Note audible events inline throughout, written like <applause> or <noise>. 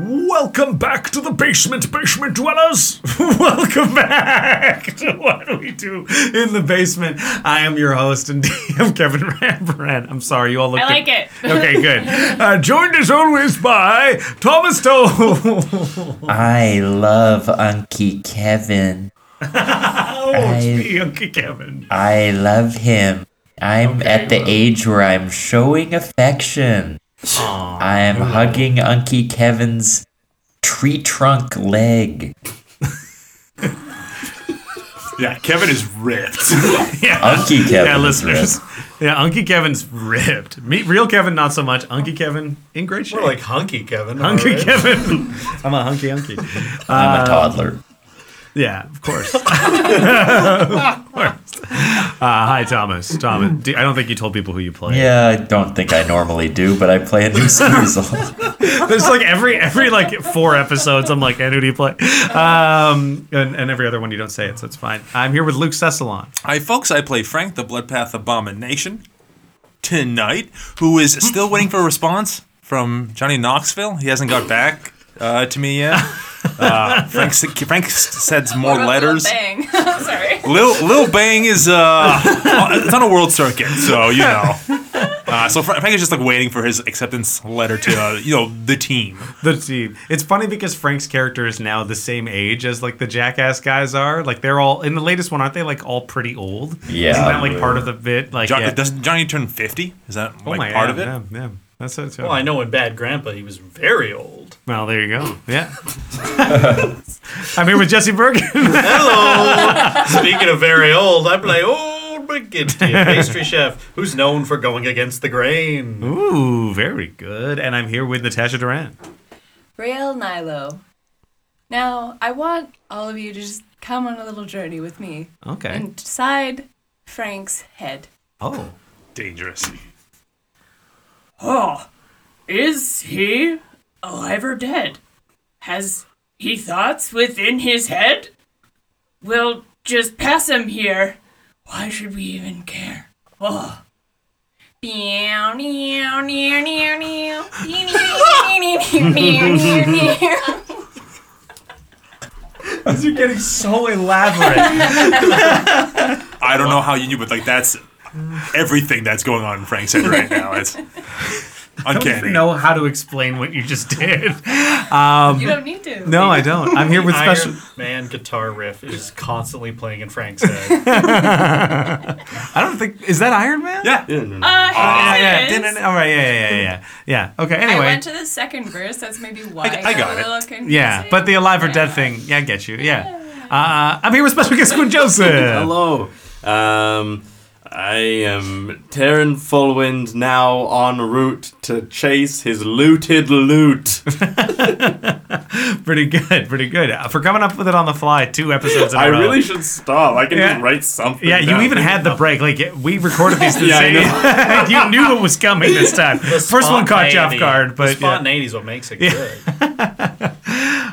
Welcome back to the basement, basement dwellers. <laughs> Welcome back to what we do in the basement. I am your host and <laughs> DM Kevin Rambran. I'm sorry, you all look. I <laughs> like it. <laughs> Okay, good. Uh, joined as always by Thomas <laughs> Toe. I love Unky Kevin. oh, it's me, Uncle Kevin. I love him. I'm at the age where I'm showing affection. I'm hugging Unky Kevin's tree trunk leg. Yeah, Kevin is ripped. Yeah. Unky Kevin. <laughs> Yeah, is listeners. ripped. Yeah, Unky Kevin's ripped. Me, real Kevin, not so much. Unky Kevin, in great shape. More like hunky Kevin. Hunky alright? Kevin. I'm a hunky hunky. I'm a toddler. Yeah, of course. <laughs> of course. Uh, hi, Thomas. Thomas, do, I don't think you told people who you <laughs> play. Yeah, I don't think I normally do, but I play a new <laughs> Squeezle. There's like every every like four episodes. I'm like, and who do you play? Um, and, and every other one you don't say it, so it's fine. I'm here with Luke Cessalon. Hi, folks. I play Frank, the Bloodpath Abomination, tonight, who is still waiting for a response from Johnny Knoxville. He hasn't got back uh, to <laughs> me yet. Uh, Frank, s- Frank s- sends more letters. Bang. <laughs> Sorry. Lil, Lil Bang <laughs> is uh, it's on a world circuit, so you know. Uh, so Fra- Frank is just like waiting for his acceptance letter to uh, you know the team. The team. It's funny because Frank's character is now the same age as like the jackass guys are. Like they're all in the latest one, aren't they? Like all pretty old. Yeah. Isn't that like part of the bit? Like, John, yeah. Doesn't Johnny turn fifty? Is that Oh like my part God, of it? Yeah, yeah. That's it. Well, I know in Bad Grandpa he was very old. Well, there you go. Yeah. <laughs> I'm here with Jesse Bergen. <laughs> Speaking of very old, I play Old McGinty, a pastry chef who's known for going against the grain. Ooh, very good. And I'm here with Natasha Duran. Real Nilo. Now, I want all of you to just come on a little journey with me Okay. and decide Frank's head. Oh. Dangerous. Oh, is he alive or dead? Has he thoughts within his head? We'll just pass him here. Why should we even care? Oh, Meow, meow, meow, meow, meow. Meow, meow, meow, meow, meow, <laughs> meow. You're getting so <laughs> elaborate. I don't know how you knew, but like that's everything that's going on in Frank's head right now. <laughs> It's I don't uncanny. even know how to explain what you just did. You don't need to. <laughs> No, I don't. I'm <laughs> here with Iron special. Man guitar riff is constantly playing in Frank's head. I don't think. Is that Iron Man? Yeah. Uh, Yeah, yes, it yeah. is. All right. Yeah, yeah, yeah, yeah. Yeah. Okay. I Anyway. went to the second verse. That's maybe why I- I got a it. little confusing. yeah. But the alive or dead thing. Yeah, I get you. Yeah. Uh, I'm here with special guest Quinn Joseph. <laughs> Hello. Um, I am Taryn Fulwind, now en route to chase his looted <laughs> loot. Pretty good. Pretty good. Uh, For coming up with it on the fly, two episodes in a I row. really should stop. I can Yeah. just write something. Yeah, you down. even had the break. Like we recorded these the <laughs> Yeah, I same. <laughs> you knew it was coming this time. <laughs> First one caught you off Spontaneity. guard, the but yeah. spontaneity is what makes it good.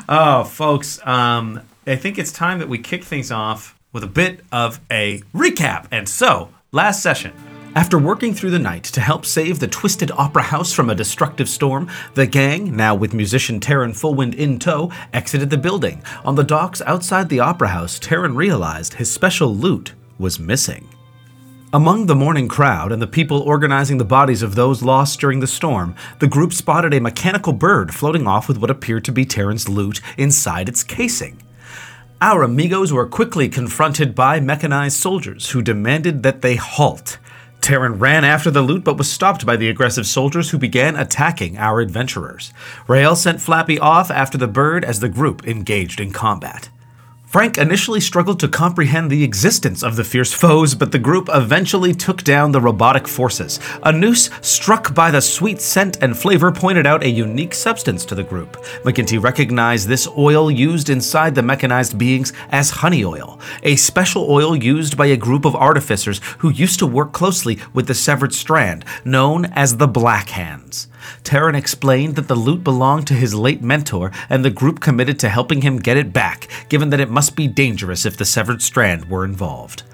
oh, folks, um, I think it's time that we kick things off with a bit of a recap. And so, last session. After working through the night to help save the twisted opera house from a destructive storm, the gang, now with musician Taryn Fullwind in tow, exited the building. On the docks outside the opera house, Taryn realized his special loot was missing. Among the morning crowd and the people organizing the bodies of those lost during the storm, the group spotted a mechanical bird floating off with what appeared to be Terran's loot inside its casing. Our amigos were quickly confronted by mechanized soldiers who demanded that they halt. Terran ran after the loot but was stopped by the aggressive soldiers who began attacking our adventurers. Rael sent Flappy off after the bird as the group engaged in combat. Frank initially struggled to comprehend the existence of the fierce foes, but the group eventually took down the robotic forces. A noose struck by the sweet scent and flavor pointed out a unique substance to the group. McGinty recognized this oil used inside the mechanized beings as honey oil, a special oil used by a group of artificers who used to work closely with the severed strand, known as the Black Hands. Terran explained that the loot belonged to his late mentor, and the group committed to helping him get it back, given that it must be dangerous if the severed strand were involved.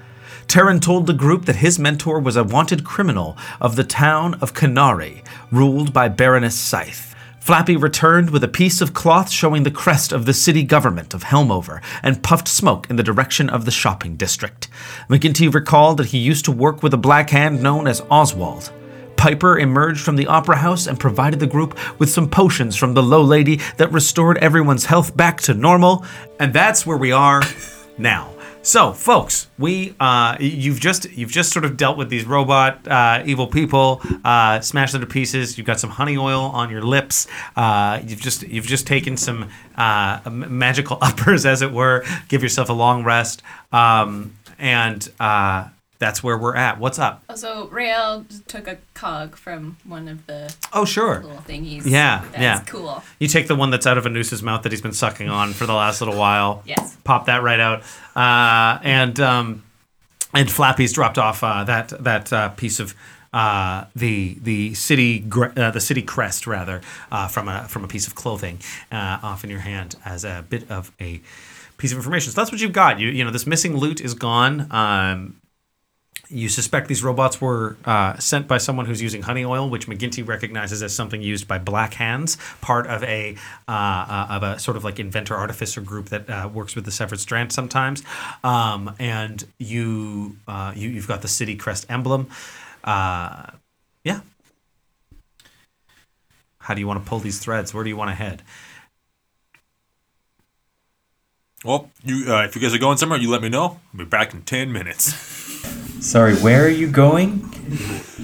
Terran told the group that his mentor was a wanted criminal of the town of Canary, ruled by Baroness Scythe. Flappy returned with a piece of cloth showing the crest of the city government of Helmover and puffed smoke in the direction of the shopping district. McGinty recalled that he used to work with a black hand known as Oswald. Piper emerged from the opera house and provided the group with some potions from the low lady that restored everyone's health back to normal. And that's where we are <laughs> now. So, folks, we uh, you've just you've just sort of dealt with these robot uh, evil people, uh, smashed them to pieces. You've got some honey oil on your lips. Uh, you've just you've just taken some uh, m- magical <laughs> uppers, as it were. Give yourself a long rest, um, and uh, that's where we're at. What's up? Also, Rael just took a cog from one of the Oh, sure. little thingies. Yeah, That's yeah. cool. You take the one that's out of Anousa's mouth that he's been sucking on for the last little while. Yes. Pop that right out. Uh, and um, and Flappy's dropped off uh, that that uh, piece of uh, the the city gr- uh, the city crest rather uh, from a from a piece of clothing uh, off in your hand as a bit of a piece of information. So that's what you've got. You you know this missing loot is gone. Um, you suspect these robots were uh, sent by someone who's using honey oil, which McGinty recognizes as something used by Black Hands, part of a uh, uh, of a sort of like inventor artificer group that uh, works with the severed strand sometimes. Um, and you, uh, you you've got the city crest emblem. Uh, yeah. How do you want to pull these threads? Where do you want to head? Well, you uh, if you guys are going somewhere, you let me know. I'll be back in ten minutes. Sorry, where are you going?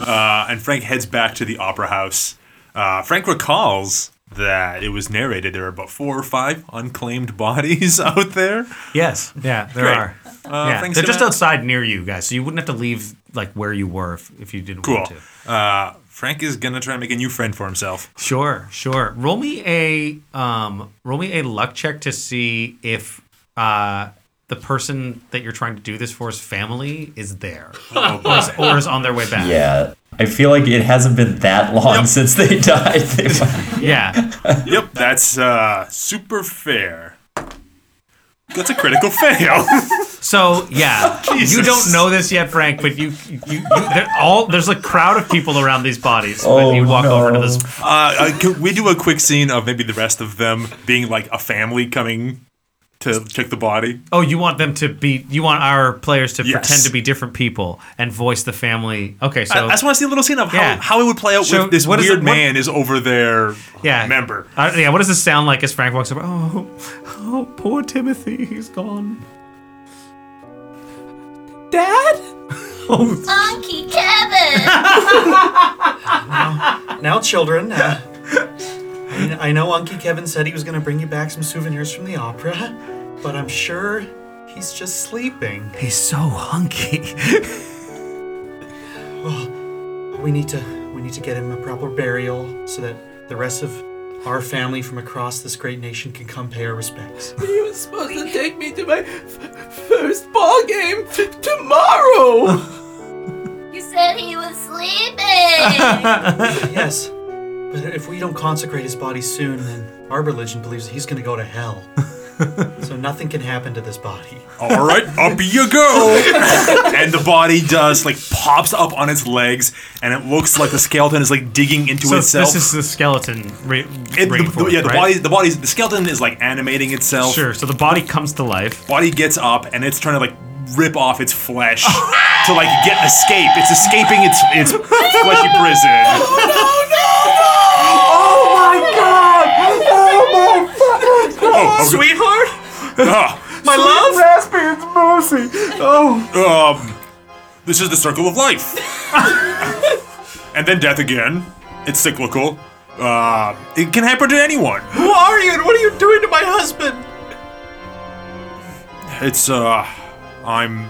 Uh, and Frank heads back to the opera house. Uh, Frank recalls that it was narrated there are about four or five unclaimed bodies <laughs> out there. Yes. Yeah, there Great. are. Uh, yeah, Frank's they're just gonna- outside near you guys, so you wouldn't have to leave like where you were if, if you didn't Cool. want to. Uh, Frank is gonna try and make a new friend for <laughs> himself. Sure, sure. Roll me a um, roll me a luck check to see if uh, the person that you're trying to do this for's family is there Oh, or, is, or is on their way back. Yeah. I feel like it hasn't been that long since they <laughs> died. They might- yeah. Yep, that's uh, super fair. That's a <laughs> critical <laughs> fail. So yeah, you don't know this yet, Frank, but you you, you they're all there's a crowd of people around these bodies Oh, when you walk over to no. this. Uh, uh, can we do a quick scene of maybe the rest of them being like a family coming to check the body? Oh, you want them to be you want our players to Yes. pretend to be different people and voice the family. Okay, so I, I just want to see a little scene of how, Yeah. how it would play out So with this what weird is it- what- man is over their yeah. member. Uh, yeah, what does this sound like as Frank walks over? Oh, oh, poor Timothy, he's gone. Dad? Oh, Monkey <laughs> Kevin! Now, children, uh, I, kn- I know Unky Kevin said he was going to bring you back some souvenirs from the opera, but I'm sure he's just sleeping. he's so <laughs> hunky. We need to we need to get him a proper burial so that the rest of our family from across this great nation can come pay our <laughs> respects. You were supposed to take me to my f- first ball game t- tomorrow. you said he was <laughs> sleeping! yes, but if we don't consecrate his body soon, then our religion believes that he's going to go to <laughs> hell. so nothing can happen to this body. All right, up you <laughs> go. and the body does like pops up on its legs, and it looks like the skeleton is like digging into so itself. this is the skeleton re- It- the- bringing the- forth, yeah, the right? body, the body, the skeleton is like animating itself. Sure. So the body comes to life. body gets up and it's trying to like rip off its flesh <laughs> to like get escape. It's escaping its its <laughs> fleshy prison. Sweetheart, Oh, Ah, my love. um, this is the circle of <laughs> life. and then death again. It's cyclical. Uh, it can happen to anyone. Who are you, and what are you doing to my husband? It's uh, I'm,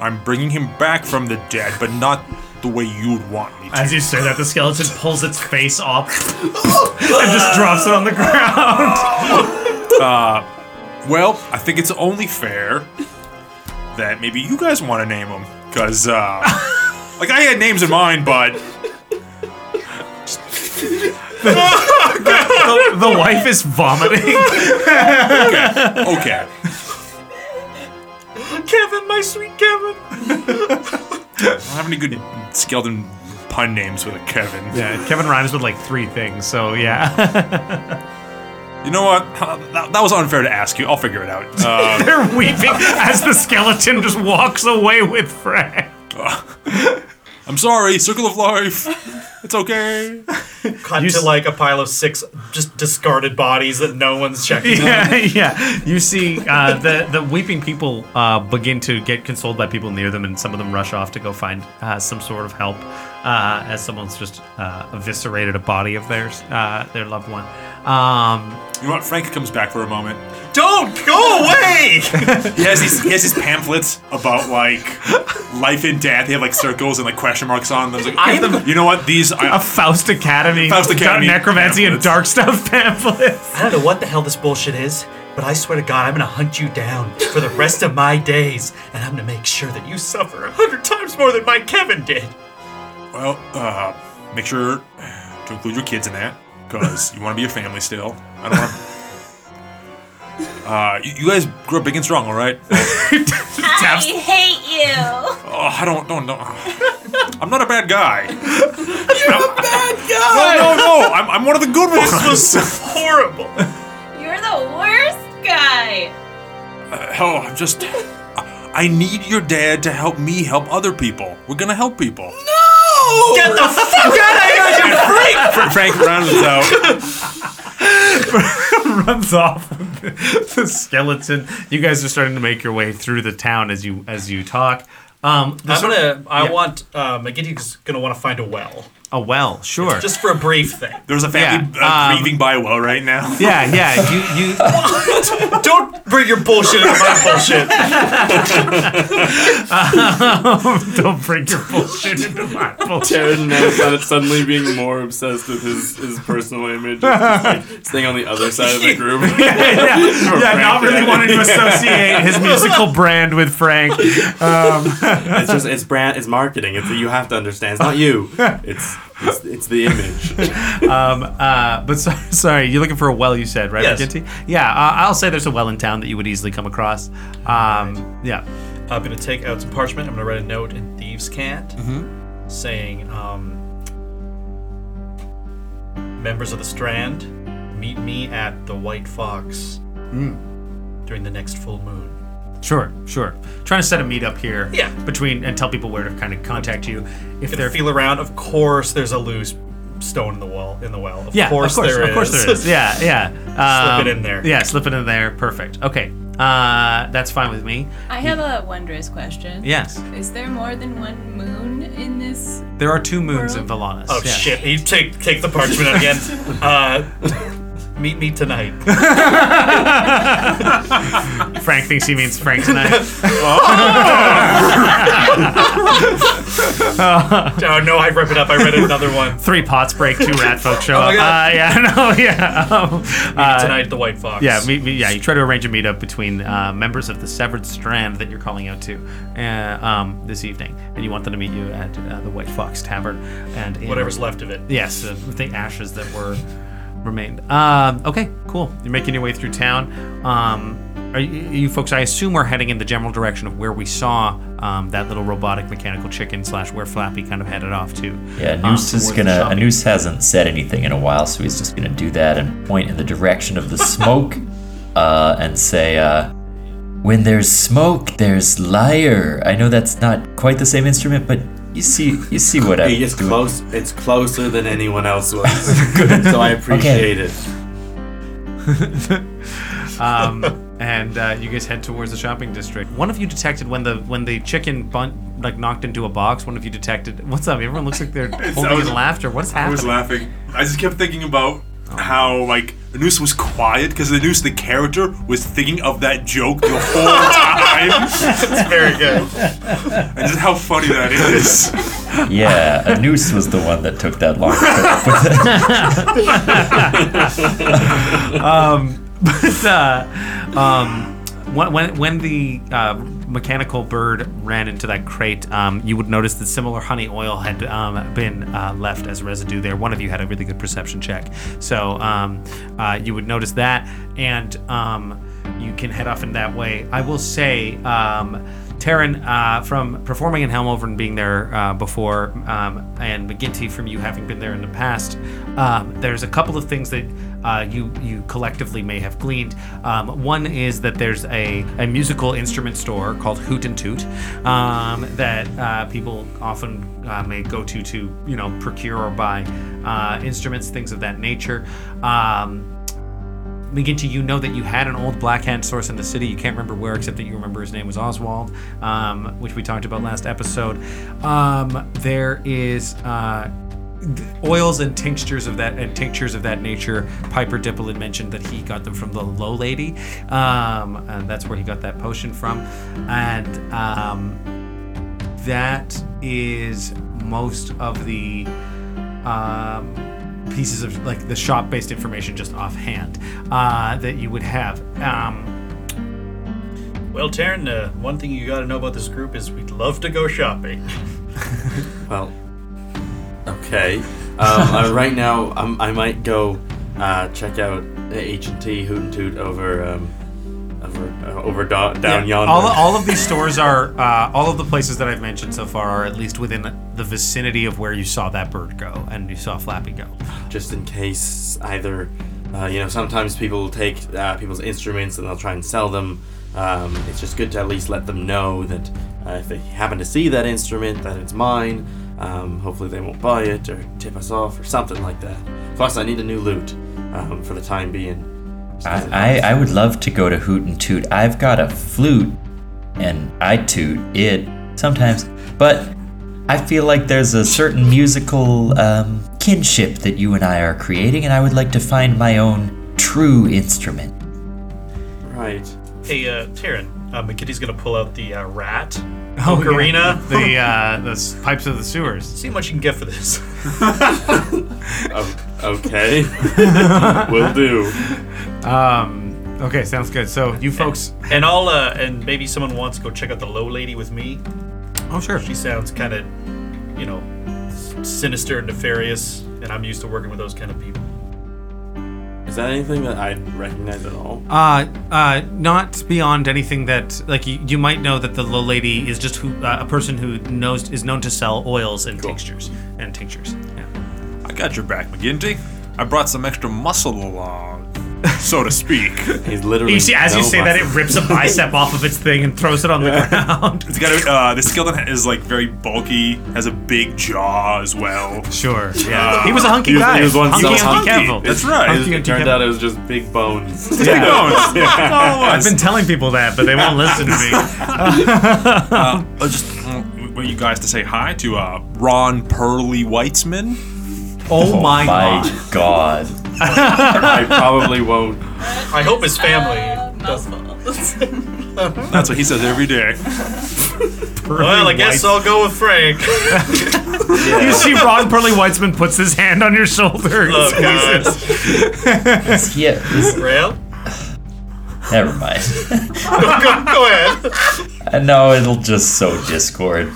I'm bringing him back from the dead, but not the way you'd want me to. As you say that, the skeleton pulls its face <laughs> off and just drops it on the ground. <laughs> Well, I think it's only fair that maybe you guys want to name him, cause <laughs> uh, like I had names in mind, but The, the wife is vomiting. <laughs> okay. Kevin, my sweet Kevin. <laughs> I don't have any good skeleton pun names with a Kevin. Yeah, Kevin rhymes with like three things, so yeah. <laughs> You know what? Huh, That, that was unfair to ask you. I'll figure it out. <laughs> Uh, They're weeping as the skeleton just walks away with Frank. I'm sorry, circle of <laughs> life. It's okay. Cut You to s- like a pile of six just discarded bodies that no one's <laughs> <laughs> checking. Yeah, yeah. You see, uh, the the weeping people uh, begin to get consoled by people near them, and some of them rush off to go find uh, some sort of help, uh, as someone's just uh, eviscerated a body of theirs, uh, their loved one. Um, You know what? Frank comes back for a moment. Don't go away. He has these he has these pamphlets about like life and death. They have like circles and like question marks on them. It's like, you know what? These a I, Faust Academy, Faust Academy necromancy and pamphlets. dark stuff <laughs> pamphlets. I don't know what the hell this bullshit is, but I swear to God, I'm gonna hunt you down for the rest of my days, and I'm gonna make sure that you suffer a hundred times more than my Kevin did. well, uh, make sure to include your kids in that because you want to be a family still. I <laughs> don't want. to... Uh, you, you guys grew up big and strong, all right? I hate you. Oh, I don't, don't, don't. I'm not a bad guy. <laughs> You're a bad guy. No, no, no. I'm, I'm one of the good ones. <laughs> This was horrible. <laughs> You're the worst guy. Hell, Oh, I'm just. I- I need your dad to help me help other people. We're gonna help people. Get the fuck out of here, you freak! Fra- <laughs> Frank rounds us out. runs off with <laughs> the skeleton. You guys are starting to make your way through the town as you as you talk. Um, I'm there's gonna. I Yeah. want. Uh, McGinty's gonna want to find a well, a well, sure. just for a brief thing. There's a family Yeah, uh, um, grieving by a well right now. yeah, yeah. You you Don't bring your bullshit into my bullshit. <laughs> don't bring your bullshit into my bullshit. Taryn <laughs> noticed that it's suddenly being more obsessed with his, his personal image, and <laughs> just, like, staying on the other side of the group. yeah, yeah, not really wanting to associate <laughs> his musical brand with Frank. It's just it's brand, it's marketing. It's you have to understand. It's not <laughs> you. It's it's, it's the image. Um, uh, but so, <laughs> sorry, you're looking for a well, you said, right, Yes. McGinty? Yeah, uh, I'll say there's a well in town that you would easily come across. Um, yeah. <laughs> I'm gonna take out some parchment. I'm gonna write a note in thieves' cant, saying, um, "Members of the Strand, meet me at the White Fox during the next full moon." Sure, sure. Trying to set a meetup here. Yeah. Between and tell people where to kind of contact you if Gonna they're feel around. Of course, there's a loose stone in the wall. In the well. Of yeah, course, of course, there of course is. there is. Yeah, yeah. Slip it in there. Yeah, slip it in there. Perfect. Okay, uh, that's fine with me. I have a wondrous question. Yes, Is there more than one moon in this? there are two moons in Valanus. Oh yeah. shit! You take take the parchment out again. <laughs> uh, meet me tonight. <laughs> <laughs> Frank thinks he means Frank tonight. oh no! I rip it up. I read another one. Three pots break, two rat folk show up. my God. uh, yeah, <laughs> no, yeah. Um, <laughs> uh, tonight at the White Fox. Yeah, meet, me- yeah. You try to arrange a meetup between uh, members of the Severed Strand that you're calling out to uh, um, this evening, and you want them to meet you at uh, the White Fox Tavern and in- Whatever's left of it. Yes, the, the ashes that were remained. Um, okay, cool. You're making your way through town. Um, are you, you folks, I assume, are heading in the general direction of where we saw um, that little robotic mechanical chicken slash where Flappy kind of headed off to. Yeah, um, Noose is towards gonna. shopping. Noose hasn't said anything in a while, so he's just gonna do that and point in the direction of <laughs> the smoke, uh, and say, uh, "When there's smoke, there's lyre." I know that's not quite the same instrument, but you see, you <laughs> see what I. It's close. It's closer than anyone else was. <laughs> so I appreciate it. um, and uh, you guys head towards the shopping district. One of you detected when the when the chicken bun like knocked into a box. One of you detected. What's up? Everyone looks like they're holding was- in laughter. What's I was happening? laughing. I just kept thinking about how like Anus was quiet because Anus, the character, was thinking of that joke the whole <laughs> time. It's very good. and just how funny that is. Yeah, Anus was the one that took that long. <laughs> Um, <laughs> But, uh, um, when, when, when the uh, mechanical bird ran into that crate, um, you would notice that similar honey oil had um, been uh, left as residue there. One of you had a really good perception check. So um, uh, you would notice that, and um, you can head off in that way. I will say, um, Taryn, uh, from performing in Helmover and being there uh, before, um, and McGinty from you having been there in the past, um, there's a couple of things that uh, you you collectively may have gleaned. Um, one is that there's a, a musical instrument store called Hoot and Toot um, that uh, people often uh, may go to to you know procure or buy uh, instruments, things of that nature. Um, McGinty, you know that you had an old black hand source in the city. You can't remember where, except that you remember his name was Oswald, um, which we talked about last episode. Um, there is uh, th- oils and tinctures of that and tinctures of that nature. Piper Dipple had mentioned that he got them from the Low Lady, um, and that's where he got that potion from. And um, that is most of the um, pieces of like the shop-based information just offhand uh, that you would have. Um, Well, Taryn, uh, one thing you got to know about this group is we'd love to go <laughs> shopping. Well, okay. Um, uh, right now, um, I might go uh, check out H and T Hoot and Toot over um, over uh, over do- down yeah, yonder. all, all of these stores are uh, all of the places that I've mentioned so far are at least within the vicinity of where you saw that bird go and you saw Flappy go. just in case either uh, you know sometimes people will take uh, people's instruments and they'll try and sell them um, it's just good to at least let them know that uh, if they happen to see that instrument that it's mine um, hopefully they won't buy it or tip us off or something like that plus i need a new loot um, for the time being I, I, I would love to go to Hoot and Toot. I've got a flute and I toot it sometimes, but I feel like there's a certain musical um, kinship that you and I are creating, and I would like to find my own true instrument. right hey, uh, Taryn, uh, McKitty's going to pull out the uh, rat Oh, ocarina. the <laughs> uh, the s- pipes of the sewers. See how much you can get for this. <laughs> O- <laughs> okay will do Um, okay, sounds good. So you folks, and I'll, uh, and maybe someone wants to go check out the low lady with me. oh sure, She sounds kind of, you know, s- sinister and nefarious, and I'm used to working with those kind of people. is that anything that i recognize at all Uh, uh, not beyond anything that like you, you might know that the low lady is just who uh, a person who knows is known to sell oils and tinctures and tinctures. Yeah. I got your back, McGinty. I brought some extra muscle along, so to speak. he's literally You see, as you no say that, muscle. it rips a bicep off of its thing and throws it on <laughs> the ground. It's got a, uh, the skeleton is like very bulky, has a big jaw as well. Sure. Uh, he was a hunky he was- guy. he was once hunky, so hunky, hunky. Cavill. That's right. Hunky it hunky turned Cavill. out it was just big bones <laughs> Big bones. That's all it I've was. been telling people that, but they won't listen to me. Uh, just mm, want you guys to say hi to uh, Ron Pearly Weitzman. <laughs> Oh my god. My God. I probably won't. I hope his family. uh, That's what he says every day. well, I guess I'll go with <laughs> Frank. You see, Ron Perley Weitzman puts his hand on your shoulder. Oh, God. Is he a, is, Rail? never mind. Go, go ahead. Uh, <laughs> No, it'll just sow discord.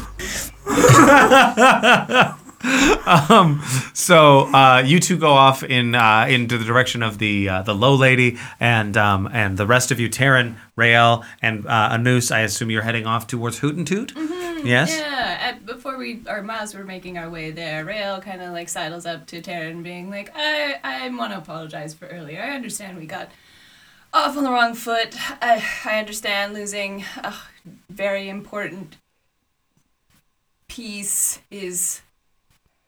So uh, you two go off in uh, into the direction of the uh, the low lady, and um, and the rest of you, Taryn, Rael, and uh, Anus. I assume you're heading off towards Hoot and Toot. Yes. Yeah, at, before we or as we're making our way there, Rail kind of like sidles up to Taryn, being like, "I I want to apologize for earlier. I understand we got off on the wrong foot. I I understand losing a very important piece is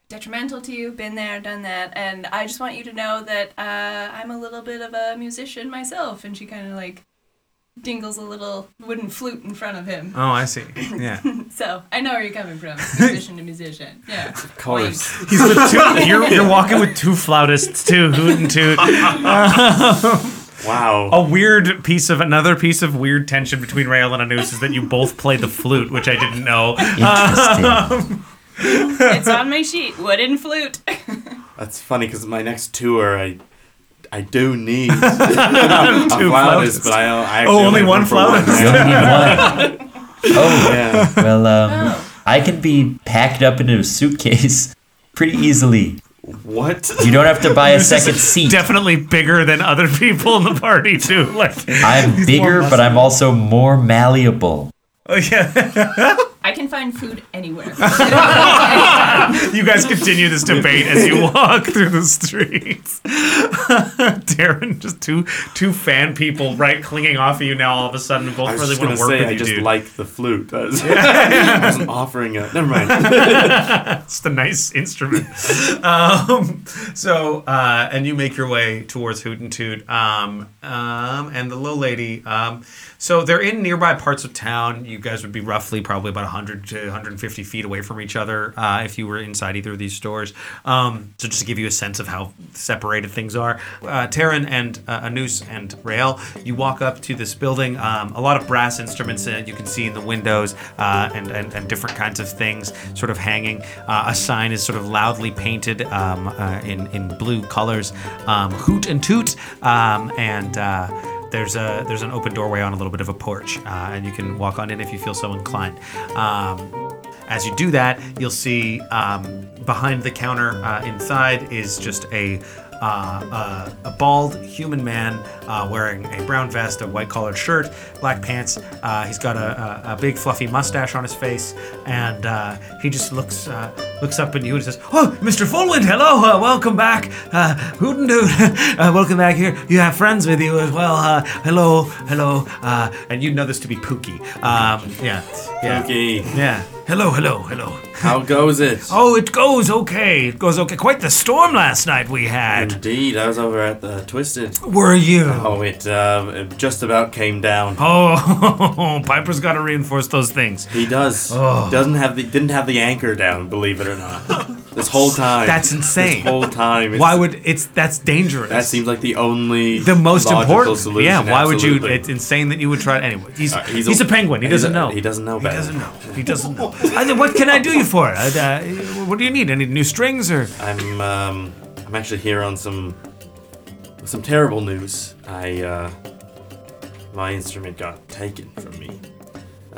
detrimental to you. Been there, done that, and I just want you to know that uh, I'm a little bit of a musician myself." And she kind of like dingles a little wooden flute in front of him. Oh, I see. Yeah. So I know where you're coming <laughs> from, musician to musician. Yeah. Of course. He's with two, you're, you're walking with two flautists, two hoot and toot. <laughs> Wow. A weird piece of another piece of weird tension between Rael and Anus is that you both played the flute, which I didn't know. Interesting. it's on my sheet. Wooden flute. That's funny because my next tour, I I <laughs> do need a flautist, but I, I actually Oh, only one have <laughs> room for You flautist? One. only need one. Oh, Yeah. well, um, Oh. I can be packed up into a suitcase <laughs> pretty easily. What? You don't have to buy a second seat. Definitely bigger than other people in the party too. Like, I'm bigger, but I'm also more malleable. oh yeah. I can find food <laughs> anywhere. You <laughs> guys continue this debate as you walk through the streets. <laughs> Darren, just two two fan people right clinging off of you now. All of a sudden, both I was really just want gonna to work say with I you, just dude. like the flute. I was, I <laughs> was offering up. <laughs> Never mind. It's the nice instrument. <laughs> um, so, uh, and you make your way towards Hoot and Toot um, um, and the Low Lady. Um, so they're in nearby parts of town. You guys would be roughly probably about 100 to 150 feet away from each other uh, if you were inside either of these stores. Um, so just to give you a sense of how separated things are, uh, Taryn and uh, Anus and Rael, you walk up to this building. Um, a lot of brass instruments that you can see in the windows uh, and, and, and different kinds of things sort of hanging. Uh, a sign is sort of loudly painted um, uh, in, in blue colors, um, hoot and toot. Um, and uh, there's a there's an open doorway on a little bit of a porch, uh, and you can walk on in if you feel so inclined. Um, as you do that, you'll see um, behind the counter uh, inside is just a uh, a, a bald human man uh, wearing a brown vest, a white collared shirt, black pants. Uh, he's got a, a, a big fluffy mustache on his face, and uh, he just looks uh, looks up at you and says, "Oh, Mr. Fulwind, hello, uh, welcome back, uh, hootin' dude, <laughs> uh, welcome back here. You have friends with you as well. Uh, hello, hello." Uh, and you know this to be Pookie. Um, yeah, yeah. Okay. Yeah. Hello, hello, hello. How goes it? Oh, it goes okay. It goes okay. Quite the storm last night we had. Indeed, I was over at the Twisted. Were you? Oh, it, uh, it just about came down. Oh, <laughs> Piper's got to reinforce those things. He <gasps> does. Oh. Doesn't have the didn't have the anchor down, believe it <laughs> or not. this whole time. That's insane. This whole time. it's- Why would it's that's dangerous? that seems like the only the most logical important. solution? yeah. Why would you? absolutely. It's insane that you would try it anyway. He's Uh, he's, a, penguin. He he's doesn't a- know. He doesn't know He better. doesn't know. He doesn't know. I, what can I do you for? Uh, uh, what do you need? Any new strings or? I'm um, I'm actually here on some some terrible news. I uh, my instrument got taken from me.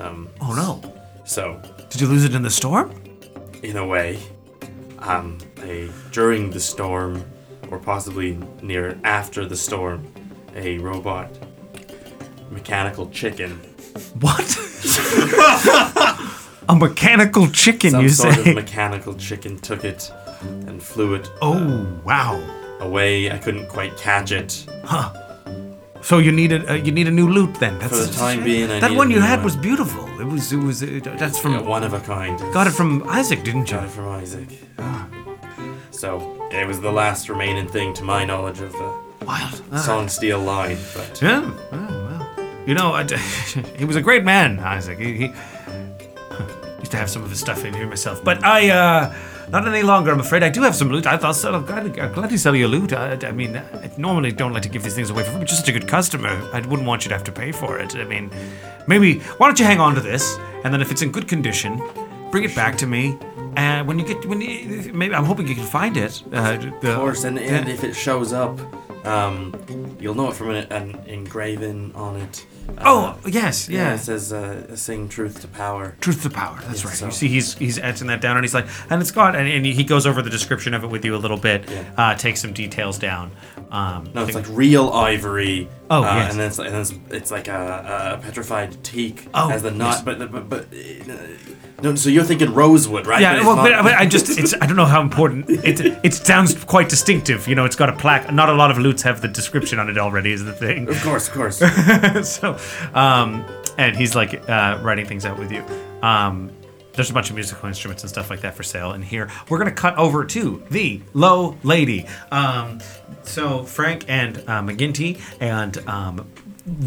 Um, Oh no! so Did you lose it in the storm? in a way, um, a during the storm, or possibly near after the storm, a robot mechanical <laughs> chicken, What? a mechanical chicken, some you sort say? of mechanical chicken, took it and flew it oh wow! away. I couldn't quite catch it. So you need a uh, you need a new loot then. That's For the such a time shame. being, I that need one a you new had one. was beautiful. It was it was uh, that's from One of a kind. got it Ah. from Isaac, didn't you? Got it from Isaac. So it was the last remaining thing, to my knowledge, of the Wild. Ah. Song Steel line. But Yeah. Oh, well. You know, I d <laughs> he was a great man, Isaac. He, <sighs> he used to have some of his stuff in here myself, but I uh, not any longer. I'm afraid I do have some loot. I, I'll sell. I'm glad, I'm glad to sell you loot. I, I mean, I normally don't like to give these things away for free, but just such a good customer. I wouldn't want you to have to pay for it. I mean, maybe why don't you hang on to this, and then if it's in good condition, bring it back to me. And when you get, when you, maybe I'm hoping you can find it. Uh, the, of course, and, and if it shows up, um, you'll know it from an, an engraving on it. Uh, oh yes, yeah, it yes. says uh, "Sing Truth to Power." Truth to power. That's right. so- You see, he's he's etching that down, and he's like, and it's got, and, and he goes over the description of it with you a little bit, Yeah. uh, takes some details down. Um, No, I it's think- like real ivory. Oh, uh, yes. and then it's, and then it's, it's like a, a petrified teak Oh, as the yes. knot. But but but uh, no, so you're thinking rosewood, right? yeah. it's Well, but, not- but I just it's I don't know how important it it sounds quite distinctive. You know, it's got a plaque. Not a lot of loots have the description on it already. Is the thing. <laughs> of course, <laughs> of course. so, um, and he's like uh, writing things out with you. Um, there's a bunch of musical instruments and stuff like that for sale in here. We're gonna cut over to the Low Lady. Um, so Frank and uh, McGinty and um,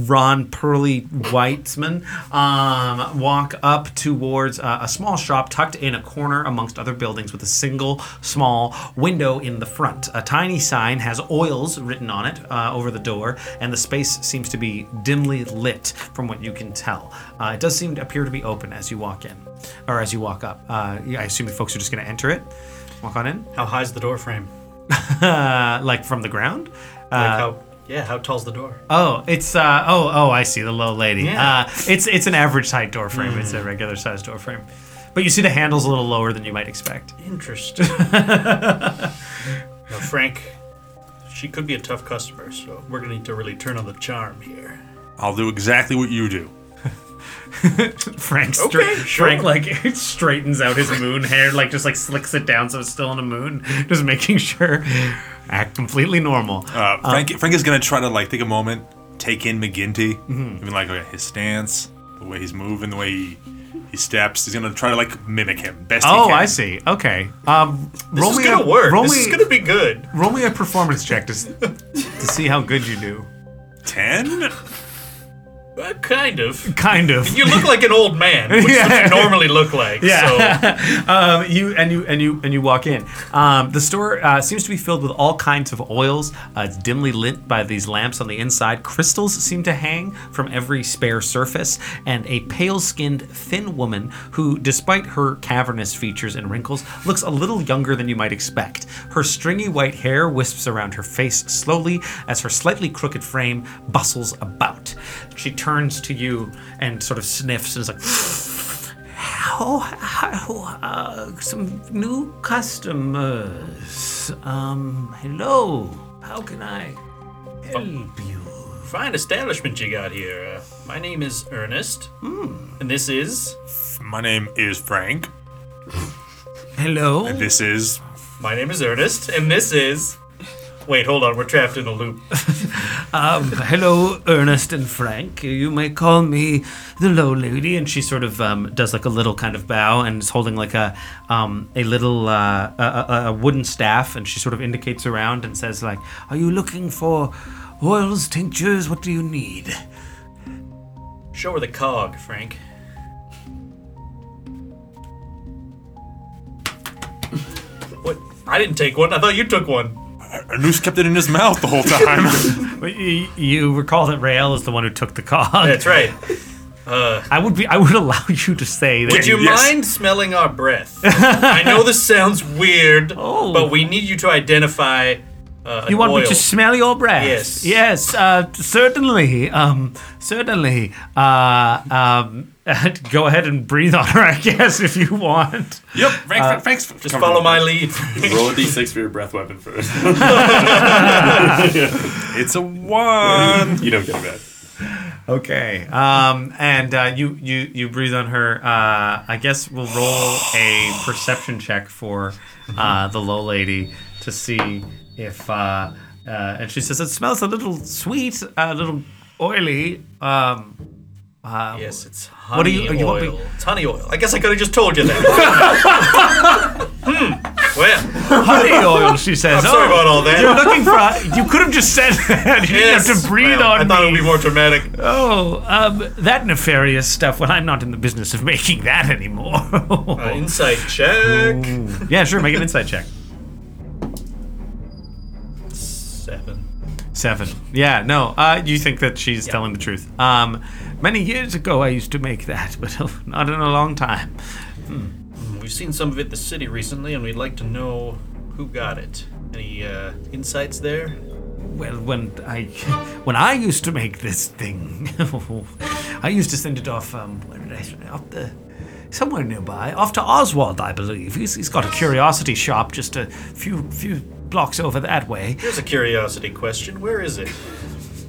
Ron Perley Weitzman um, walk up towards uh, a small shop tucked in a corner amongst other buildings with a single small window in the front. A tiny sign has oils written on it uh, over the door, and the space seems to be dimly lit from what you can tell. Uh, it does seem to appear to be open as you walk in, or as you walk up. Uh, I assume the folks are just going to enter it. Walk on in, <laughs> How high's the door frame? uh, like from the ground. Like how? Yeah, how tall's the door? Oh, it's uh, oh oh I see the low lady. Yeah. Hmm. Uh, it's it's an average height door frame. It's a regular size door frame, but you see the handle's a little lower than you might expect. Interesting. <laughs> now, Frank, she could be a tough customer, so we're gonna need to really turn on the charm here. I'll do exactly what you do. Frank stra- Okay, sure. Frank <laughs> like straightens out his moon hair, like just like slicks it down so it's still on the moon, just making sure act completely normal. Oh, Uh, Frank, Frank is gonna try to like take a moment, take in McGinty. Mm-hmm. I mean, like okay, his stance, the way he's moving, the way he, he steps. He's gonna try to like mimic him best. he oh, can. I see. Okay, um, roll This me is gonna a, work. Roll this me, is gonna be good. roll me a performance check to s- to see how good you do. Ten. Uh, <laughs> kind of. Kind of. You look like an old man, which is what you normally look like. So Yeah. um, you and you and you and you walk in. Um, the store uh, seems to be filled with all kinds of oils. Uh, it's dimly lit by these lamps on the inside. Crystals seem to hang from every spare surface, and a pale-skinned, thin woman who, despite her cavernous features and wrinkles, looks a little younger than you might expect. Her stringy white hair wisps around her face slowly as her slightly crooked frame bustles about. She turns to you and sort of sniffs and is like. How, how Oh, uh, some new customers. Um, hello. How can I help you? fine establishment you got here. Uh, my name is Ernest, and this is My name is Frank. Hello. This is my name is Ernest, and this is. Wait, hold on. We're trapped in a loop. Um, hello, Ernest and Frank. You may call me the Low Lady. And she sort of um, does like a little kind of bow and is holding like a um, a little uh, a, a- a wooden staff. And she sort of indicates around and says like, "Are you looking for oils, tinctures? What do you need?" Show her the cog, Frank. What? I didn't take one. I thought you took one. Arnus kept it in his mouth the whole <laughs> time. But y- You recall that Rael is the one who took the cog. <laughs> That's right. I would be. I would <laughs> allow you to say that. Would you Yes. mind smelling <laughs> our breath? I know this sounds weird, Oh. but we need you to identify. Uh, an You want oil. me to smell your breath? Yes. Yes. Uh, certainly. Um. Certainly. Uh. Um. <laughs> Go ahead and breathe on her, <laughs> I guess, if you want. yep, Frank. Frank Frank's Just follow my lead. Roll a d6 for your breath weapon first. It's a one. <laughs> you don't get a breath. Okay. Um. And uh, you you you breathe on her. Uh. I guess we'll roll a perception check for uh, the low lady to see if uh, uh. And she says it smells a little sweet, a little oily. Um. yes, it's honey What do you- you want me- oil. It's honey oil. I guess I could have just told you that. <laughs> hmm. Well, honey oil. She says, sorry "Oh, about all that." You're looking for. You could have just said that. You yes. didn't have to breathe well, I on thought it me. would be more dramatic. oh, um, that nefarious stuff. Well, I'm not in the business of making that anymore. Oh. Uh, insight check. <laughs> yeah, sure. Make an insight check. Seven. Seven. Yeah, no. Uh, you think that she's telling the truth? Um, many years ago, I used to make that, <laughs> but not in a long time. We've seen some of it in the city recently, and we'd like to know who got it. Any uh, insights there? Well, when I when I used to make this thing, <laughs> I used to send it off. Um, where did I send it? Off the somewhere nearby, off to Oswald, I believe. He's, he's got a curiosity shop just a few few blocks over that way. Here's a curiosity question. Where is it?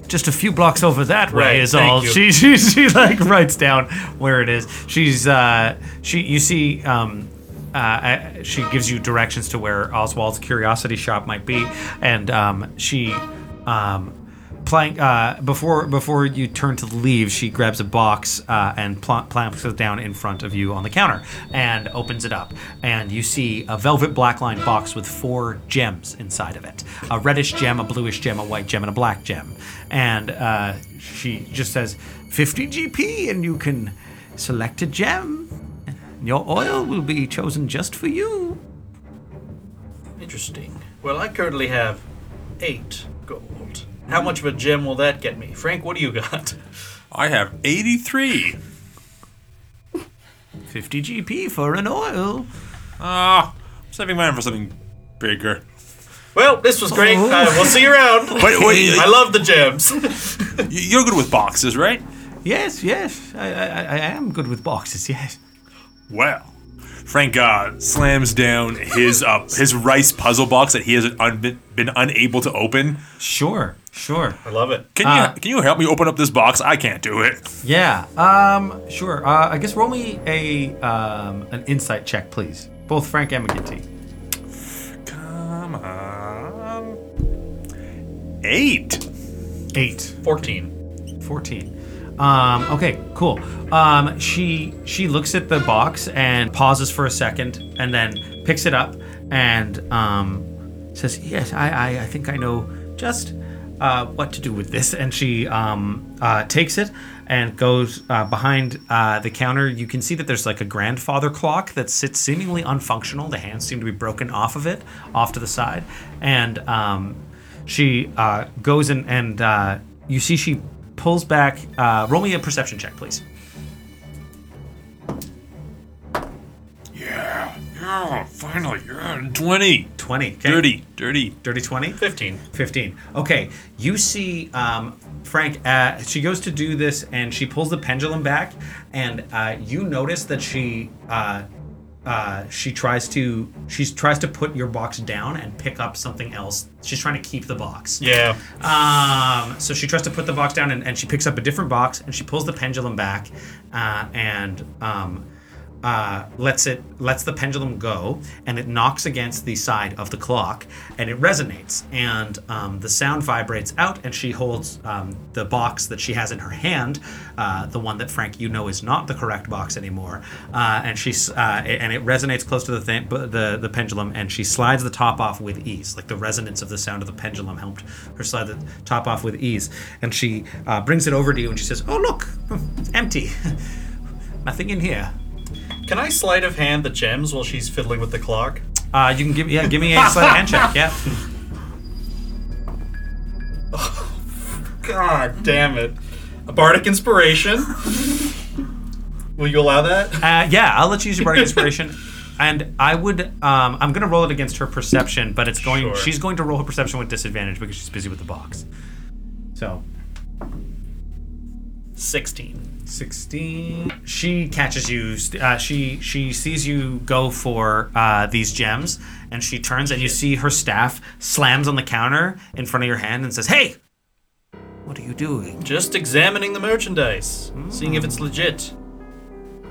Just a few blocks over that way Right, is thank all. <laughs> you. She, she she like writes down where it is. She's uh she you see um. Uh, I- she gives you directions to where Oswald's curiosity shop might be, and um, she um, Plank, uh, before before you turn to leave, she grabs a box uh, and pl- plants it down in front of you on the counter and opens it up. And you see a velvet black lined box with four gems inside of it a reddish gem, a bluish gem, a white gem, and a black gem. And uh, she just says, 50 GP, and you can select a gem. Your oil will be chosen just for you. Interesting. Well, I currently have eight gold. How much of a gem will that get me? Frank, what do you got? <laughs> I have 83. 50 GP for an oil. Ah, I'm saving mine for something bigger. Well, this was great. Uh, we'll see you around. Oh. <laughs> Wait, wait, I love the gems. <laughs> you're good with boxes, right? Yes, yes, I, I, I- I am good with boxes, yes. Well, Frank uh, slams down his uh, his rice puzzle box that he has un- been unable to open. Sure, sure. I love it. Can you can you help me open up this box? I can't do it. Yeah, um, sure. Uh, I guess roll me a um, an insight check, please. Both Frank and McGinty. Come on. Eight. Eight. 14. 14 um, okay cool um, she she looks at the box and pauses for a second and then picks it up and um, says yes I, I i think i know just uh, what to do with this and she um, uh, takes it and goes uh, behind uh, the counter you can see that there's like a grandfather clock that sits seemingly unfunctional the hands seem to be broken off of it off to the side and um, she uh, goes and, and uh, you see she pulls back. Uh, roll me a perception check, please. Yeah. Yeah. Finally. Yeah. Twenty. 20. okay? Dirty. Dirty. Dirty 20? 15. 15. Okay. You see um, Frank, uh, she goes to do this and she pulls the pendulum back, and uh, you notice that she. Uh, uh, she tries to she tries to put your box down and pick up something else. She's trying to keep the box. Yeah. Um, so she tries to put the box down and, and she picks up a different box and she pulls the pendulum back uh, and um, uh, lets it lets the pendulum go and it knocks against the side of the clock and it resonates and um, the sound vibrates out and she holds um, the box that she has in her hand uh, the one that Frank you know is not the correct box anymore uh, and she's uh, and it resonates close to the, thing, the the pendulum and she slides the top off with ease like the resonance of the sound of the pendulum helped her slide the top off with ease and she uh, brings it over to you and she says oh look <laughs> it's empty <laughs> nothing in here Can I sleight of hand the gems while she's fiddling with the clock? uh, you can give yeah, give me a sleight of hand check. Yeah. God damn it. A bardic <laughs> inspiration. Will you allow that? Uh, yeah, I'll let you use your bardic inspiration. <laughs> And I would, um, I'm gonna roll it against her perception, but it's going. Sure. She's going to roll her perception with disadvantage because she's busy with the box. So 16. 16 she catches you st- uh, she she sees you go for uh, these gems and she turns and you see her staff slams on the counter in front of your hand and says hey what are you doing Just examining the merchandise, seeing if it's legit.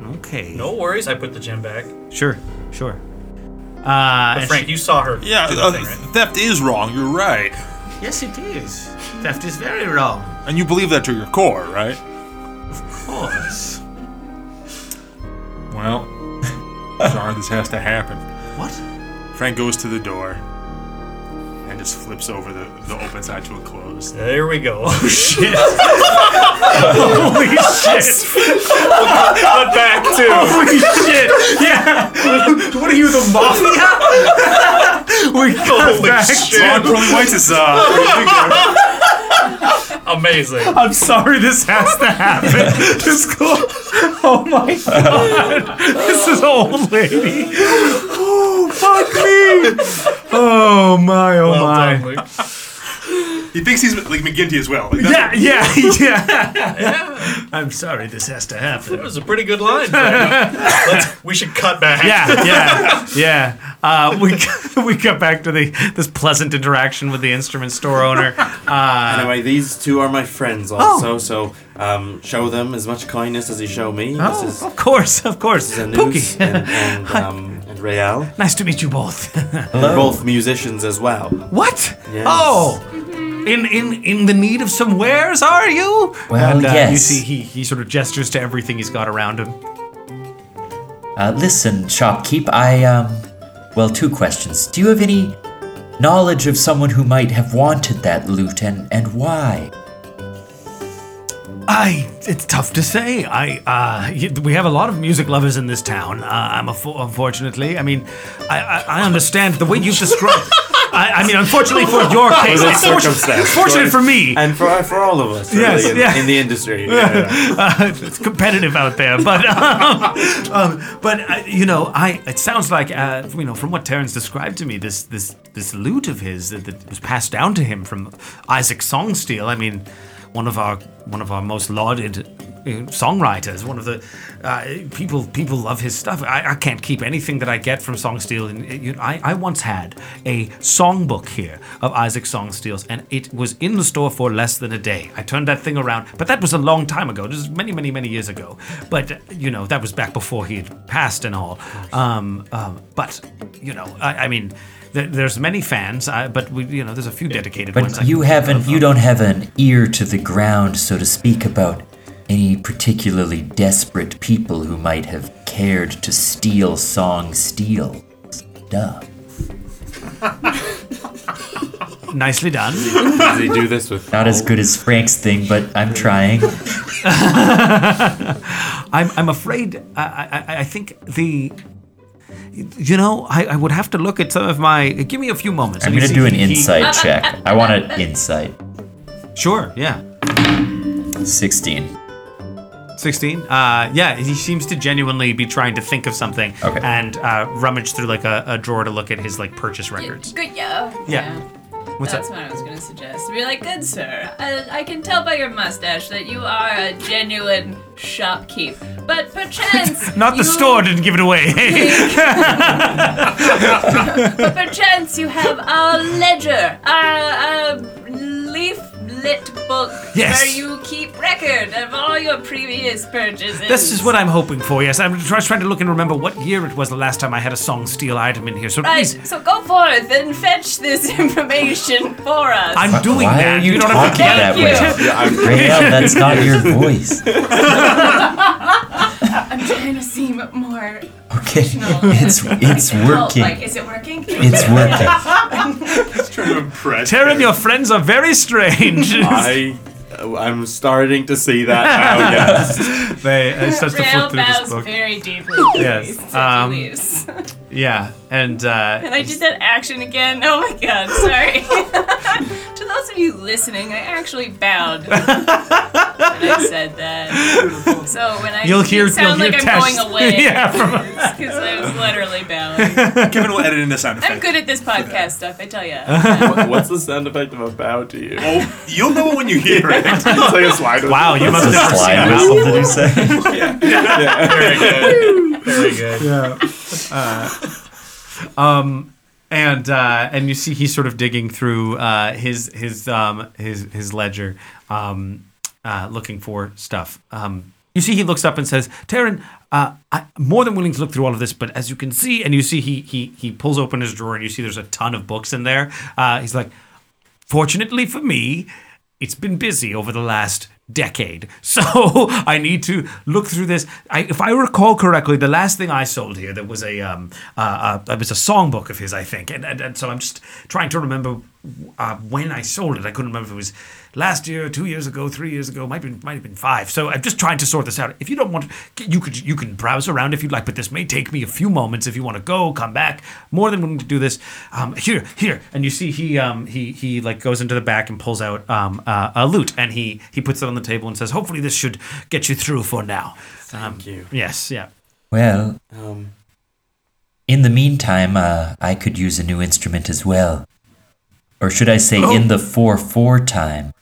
okay No worries, I put the gem back. sure sure uh, But and Frank, she- you saw her. Yeah. do the uh, thing, right? Theft is wrong. You're right. yes it is theft is very wrong And you believe that to your core, right? of course Well, <laughs> sorry, this has to happen. what Frank goes to the door and just flips over the, the open side to a close. There we go. holy shit but <laughs> back <laughs> to <laughs> holy shit yeah <laughs> what are you the mafia <laughs> we got Holy back shit. Ron Pearly White's is uh, amazing. I'm sorry this has to <laughs> happen. This cool. Oh my god. This is old lady. Oh fuck me. Oh my oh Well my. done, Luke. he thinks he's like McGinty as well. Like, Yeah, yeah, yeah. I'm sorry this has to That happen. was a pretty good line. <laughs> Frank. Let's, we should cut back. <laughs> Yeah, yeah, yeah. Uh, we <laughs> we got back to the this pleasant interaction with the instrument store owner. <laughs> Anyway, these two are my Oh. friends also, so um, show them as much kindness as you show me. Oh, this is of course, of course. Zanus Pookie, and, and, <laughs> um, and Real. nice to meet you both. <laughs> They're both musicians as well. What? Yes. Oh, in in in the need of some wares, are you? Well, and, uh, You yes. see, he he sort of gestures to everything he's got around him. Uh, listen, shopkeep, I, um, well, two questions. Do you have any knowledge of someone who might have wanted that loot and, and why? I it's tough to say. I uh, y- we have a lot of music lovers in this town. Uh, I'm affo- unfortunately. I mean, I, I I understand the way you've described. I, I mean, unfortunately for your case, Well, it's that's fortunate, circumstance, fortunate right? for me. And for for all of us, Yes, really, in, yeah. in the industry. Yeah. Uh, it's competitive out there, but <laughs> um, um, but uh, you know, I it sounds like uh, you know from what Terrence described to me, this this this loot of his that, that was passed down to him from Isaac Songsteel. I mean, one of our one of our most lauded uh, songwriters, one of the uh, people people love his stuff. I, I can't keep anything that I get from Songsteel. And uh, you know, I I once had a songbook here of Isaac Songsteel's, and it was in the store for less than a day. I turned that thing around, but that was a long time ago. This is many, many, many years ago. But uh, you know, that was back before he had passed and all. Um, um, but you know, I, I mean, there, there's many fans, uh, but we, you know, there's a few dedicated ones. I But you can- haven't, you don't have an ear to the ground, so to speak, about any particularly desperate people who might have cared to steal song steal. Duh. uh, nicely done. Does he do <laughs> this with? Not Oh, as good as Frank's thing, but I'm trying. I'm, I'm afraid. I, I, I- I think the. You know, I, I would have to look at some of my. Give me a few moments. I'm And you gonna see do an he- he- insight check. I want an insight. Sure. Yeah. 16. 16 uh yeah he seems to genuinely be trying to think of something Okay. and uh rummage through like a, a drawer to look at his like purchase records Good, yeah. Yeah. what's That's up what I was gonna suggest. Be like, good sir, I, I can tell by your mustache that you are a genuine shopkeep. But perchance <laughs> not the you- store didn't give it <laughs> away But perchance you have our ledger, our, our leaflet book, Yes. where you keep record of all your previous <laughs> purchases. this is what i'm hoping for yes i'm try- trying to look and remember what year it was the last time i had a song steal item in here so Right, please so go forth and fetch this <laughs> information for us. i'm doing Why that are you, don't have to talking get that Thank way? you. Yeah, I'm, Rael, that's not <laughs> your voice. I'm trying to seem more Okay, it's it's adult. Like, working. is <laughs> it working? It's <laughs> working. Taryn, your friends are very <laughs> strange I uh, I'm starting to see that <laughs> now. Yes. <laughs> they uh, starts to flip Rail through this bows book very deeply. Yes, Yes. um, leaves. yeah and uh <laughs> And I did that action again. Oh my god, <laughs> sorry. to those of you listening, I actually <laughs> bowed when I said that. So when I You'll hear. it sound you'll hear like I'm Tash- <laughs> going away. Yeah, from, Because I was literally bowing. Kevin will edit in the sound effect. I'm good at <laughs> this podcast stuff, I tell ya. What- What's the sound effect of a bow to you? Oh, you'll know it when you hear it. it's like a slide. wow, you must The have never seen slide that. whistle, did you say? Very good. and uh, and you see he's sort of digging through uh, his his um, his his ledger, um, uh, looking for stuff. Um, you see, he looks up and says, "Taryn, uh, I'm more than willing to look through all of this, but as you can see, and you see he he he pulls open his drawer and you see there's a ton of books in there. Uh, he's like, fortunately for me, it's been busy over the last decade. <laughs> So I need to look through this. I, if I recall correctly, the last thing I sold here there was a um uh, uh it was a songbook of his, I think, and and, and so I'm just trying to remember uh, when I sold it. I couldn't remember if it was last year, two years ago, three years ago, might been might have been five. So I'm just trying to sort this out. If you don't want, you could you can browse around if you'd like, but this may take me a few moments. If you want to go, come back. More than willing to do this. Um, here, here, and you see he um he he like goes into the back and pulls out um uh, a loot and he he puts it on the table and says, hopefully this should get you through for now. Um, Thank you. Yes, yeah. Well, Um, in the meantime, uh, I could use a new instrument as well. Or should I say, in the 4 4 time?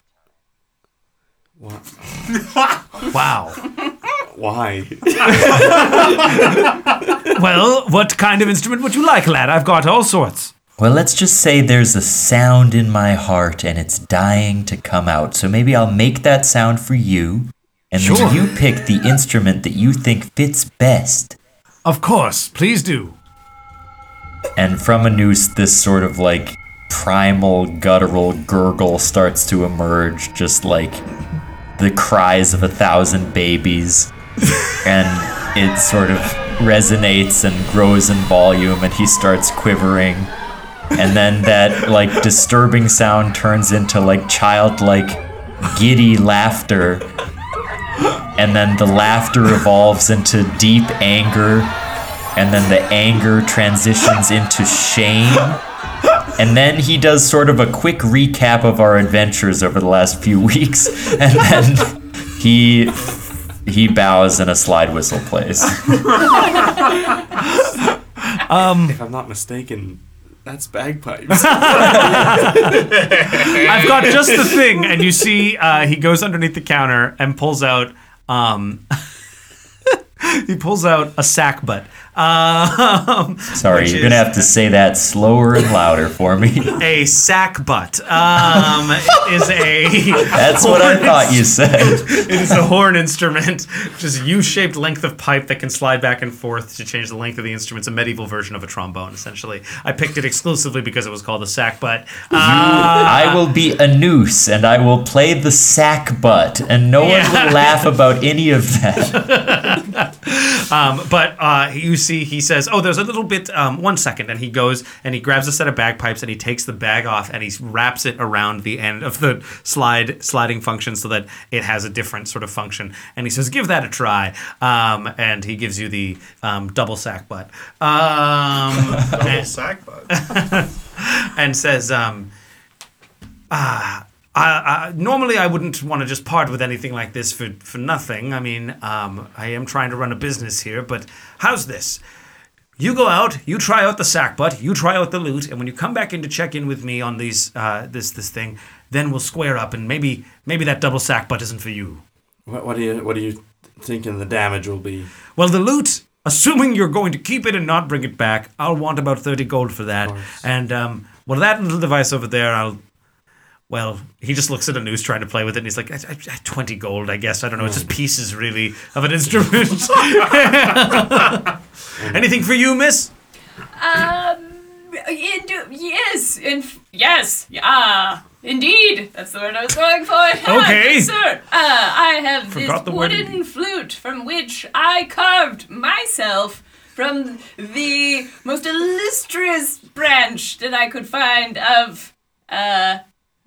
Wow. <laughs> why? well, what kind of instrument would you like, lad? I've got all sorts. Well, let's just say there's a sound in my heart and it's dying to come out. So maybe I'll make that sound for you, and Sure. then you pick the instrument that you think fits best. Of course, please do. and from a noose this sort of like primal guttural gurgle starts to emerge, just like the cries of a thousand babies. and it sort of resonates and grows in volume, and he starts quivering. And then that like disturbing sound turns into like childlike giddy laughter. And then the laughter evolves into deep anger. And then the anger transitions into shame. And then he does sort of a quick recap of our adventures over the last few <laughs> weeks, and then he he bows and a slide whistle plays. If I'm not mistaken, <laughs> that's bagpipes. I've got just the thing. And you see, uh, he goes underneath the counter and pulls out. Um, <laughs> he pulls out a sack butt. Um, Sorry, which you're gonna is have to say that slower and louder for me. a sack butt. Um, it is a <laughs> That's what I thought you said. it is a horn instrument, which is a U-shaped length of pipe that can slide back and forth to change the length of the instrument. It's a medieval version of a trombone, essentially. I picked it exclusively because it was called a sack butt. I will be a noose and I will play the sack butt, and no one Yeah. will laugh about any of that. But uh, you see, he says, "Oh, there's a little bit." Um, one second, and he goes and he grabs a set of bagpipes and he takes the bag off and he wraps it around the end of the slide sliding function so that it has a different sort of function. And he says, "Give that a try." Um, and he gives you the um, double sack butt. Um, Double sack butt. and says, um, ah, I, I, normally I wouldn't want to just part with anything like this for, for nothing. I mean, um, I am trying to run a business here, but how's this? You go out, you try out the sack butt, you try out the loot, and when you come back in to check in with me on these uh, this this thing, then we'll square up and maybe maybe that double sack butt isn't for you. what, what do you What are you thinking the damage will be? Well, the loot, assuming you're going to keep it and not bring it back, I'll want about 30 gold for that. And, um, well, that little device over there, I'll. Well, he just looks at a noose trying to play with it, and he's like, I, I, I- 20 gold, I guess. I don't know. It's just pieces, really, of an instrument. <laughs> Anything for you, miss? Indu- yes, in- yes, ah, indeed. That's the word I was going for. <laughs> Ah, Okay. yes, sir. Uh, I have Forgot the this word wooden indeed. flute from which I carved myself from the most illustrious branch that I could find of uh,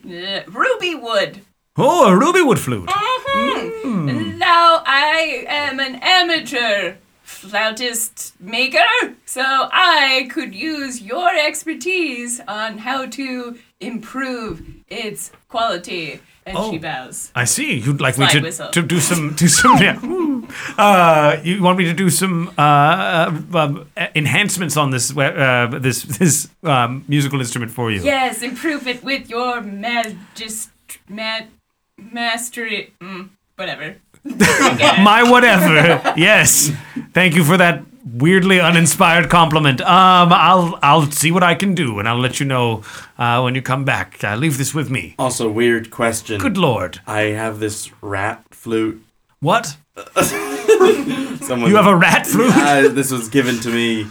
uh, ruby wood. Oh, a ruby wood flute. And Now I am an amateur flautist maker, so I could use your expertise on how to improve its quality. And Oh. she bows. I see. You'd like me Slide to, whistle. to do some do some <laughs> yeah. Ooh. Uh, you want me to do some uh, uh, um, enhancements on this we- uh, this this um, musical instrument for you? Yes, improve it with your magist ma- mastery. Mm, whatever. My whatever. <laughs> yes. Thank you for that weirdly uninspired compliment. Um, I'll I'll see what I can do, and I'll let you know uh, when you come back. Uh, leave this with me. Also, weird question. Good lord. I have this rat flute. What? Someone You have a rat flute? <laughs> Uh, this was given to me.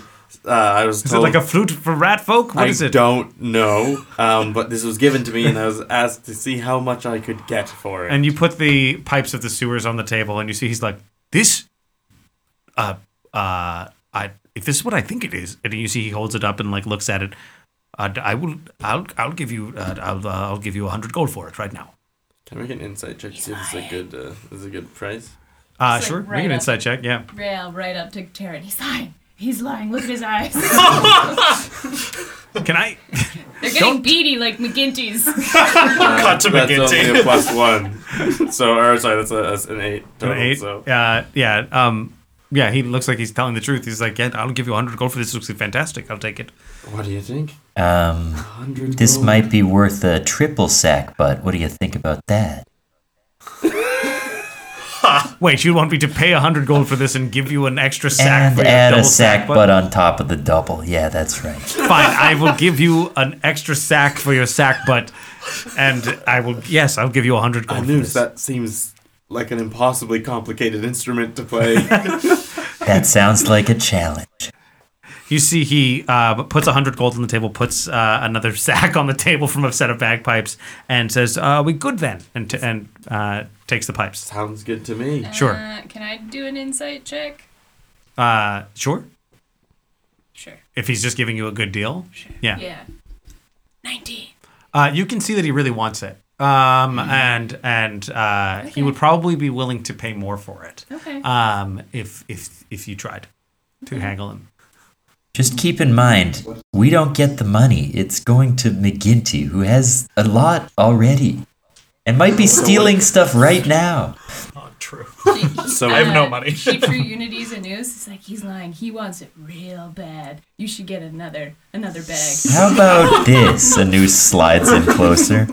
Uh, I was Is it told like a flute for rat folk? What I is it? don't know, um, but this was given to me, and I was asked to see how much I could get for it. and you put the pipes of the sewers on the table, and you see he's like, "This, uh, uh, I if this is what I think it is," and you see he holds it up and like looks at it. Uh, I will, I'll, I'll give you, uh, I'll, uh, I'll give you a hundred gold for it right now. Can I make an insight check to see if this is a good, uh, this is a good price? Uh, It's, like, sure, right make an up. insight check. <laughs> Yeah, Rail right up to Taryn. He's lying. He's lying. Look at his <laughs> eyes. can I? They're getting beady like McGinty's. Cut to That's McGinty. only a <laughs> plus one. So, or sorry, that's, a, that's an eight total. An eight? So, Uh, yeah, um, yeah. He looks like he's telling the truth. He's like, "Yeah, I'll give you a hundred gold for this. Looks fantastic. I'll take it." what do you think? Um, Hundred. this might be worth a triple sack butt. What do you think about that? Wait, you want me to pay a hundred gold for this and give you an extra sack and for your add a double sack butt? butt on top of the double. Yeah, that's right. Fine, I will give you an extra sack for your sack butt, and I will. Yes, I'll give you a hundred I gold. knew for this. that seems like an <laughs> impossibly complicated instrument to play. That sounds like a challenge. You see, he uh, puts a hundred gold on the table, puts uh, another <laughs> sack on the table from a set of bagpipes, and says, uh, "We good then?" and t- and uh, takes the pipes. Sounds good to me. Sure, Uh, can I do an insight check? uh, sure. Sure. If he's just giving you a good deal, yeah. Yeah. 19. Uh, you can see that he really wants it, um, and and uh, he would probably be willing to pay more for it. Okay. Um, if if if you tried to haggle him. Just keep in mind, we don't get the money. It's going to McGinty, who has a lot already and might be stealing stuff right now. Not Oh, true. So I <laughs> have no Uh, <laughs> money. she threw Unity's a news. It's like he's lying. He wants it real bad. You should get another another bag. How about this? A noose slides in closer.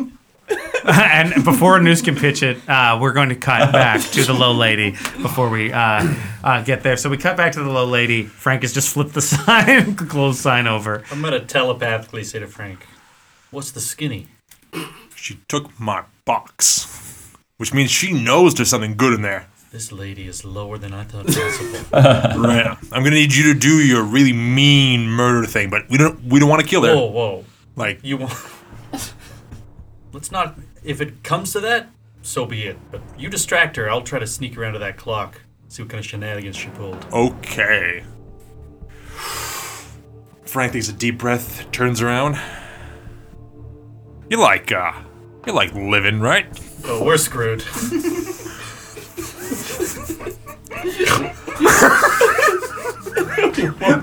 <laughs> and before Noose can pitch it, uh, we're going to cut back to the low lady before we uh, uh, get there. So we cut back to the low lady. Frank has just flipped the <laughs> sign, closed sign over. I'm gonna telepathically say to Frank, "What's the skinny?" She took my box, which means she knows there's something good in there. This lady is lower than I thought possible. <laughs> Right. <laughs> I'm gonna need you to do your really mean murder thing, but we don't we don't want to kill her. Oh. whoa, whoa! Like You want? Let's not. If it comes to that, so be it. But you distract her. I'll try to sneak around to that clock. See what kind of shenanigans she pulled. okay. <sighs> Frank takes a deep breath, turns around. You like uh, you like living, right? Oh, we're screwed. <laughs>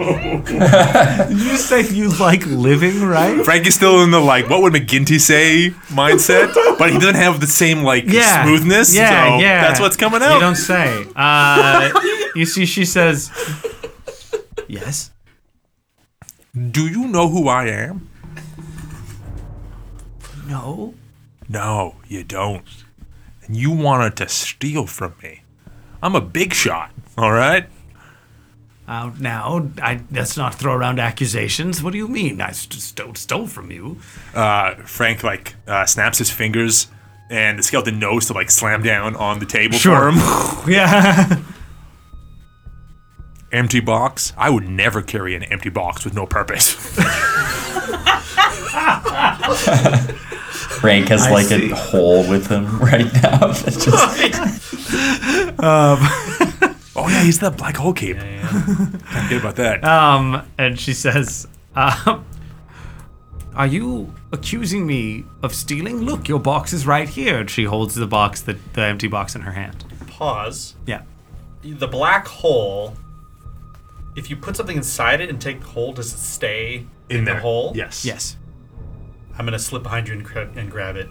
Did you just say you like living, right? Frank is still in the like, what would McGinty say <laughs> mindset, but he doesn't have the same like <laughs> Yeah. smoothness. Yeah, so yeah. That's what's coming You out. don't say. Uh, you see, she says, "Yes." Do you know who I am? No. No, you don't. And you wanted to steal from me. I'm a big shot, all right? Uh, now, I, let's not throw around accusations. What do you mean? I st- st- stole from you. Uh, Frank like uh, snaps his fingers, and the skeleton knows to like slam down on the table Sure. for him. <laughs> Yeah. <laughs> empty box. I would never carry an empty box with no purpose. <laughs> Frank has like a hole with him right now. <laughs> It's just- oh yeah, he's the black hole cape. <laughs> Can't forget about that. Uh, Um, and she says, uh, "Are you accusing me of stealing? Look, your box is right here." And she holds the box, that the empty box, in her hand. Pause. Yeah. The black hole. If you put something inside it and take the hole, does it stay in, the there. hole? Yes. Yes. I'm gonna slip behind you and, gra- and grab it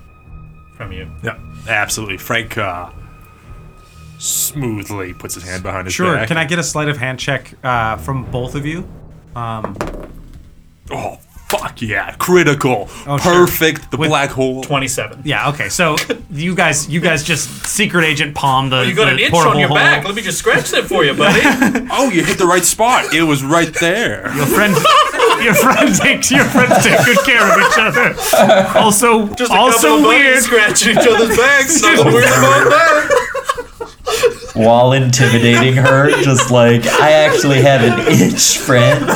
from you. Yeah. Absolutely. Frank uh, smoothly puts his hand behind his Sure. back. Can I get a sleight of hand check uh, from both of you? Um, Oh fuck yeah! Critical. Oh, sure. Perfect. The With black hole. 27. yeah. Okay. So you guys, you guys just secret agent palm the. You got the an itch portable on your hole. back. Let me just scratch that for <laughs> you, buddy. Oh, you hit the right spot. It was right there. Your <laughs> friend, your friend takes your friends take good care of each other. Also, Just a couple also of buddies weird. scratching each other's <laughs> backs. Nothing weird about that. while intimidating her, just like, I actually have an itch, friend.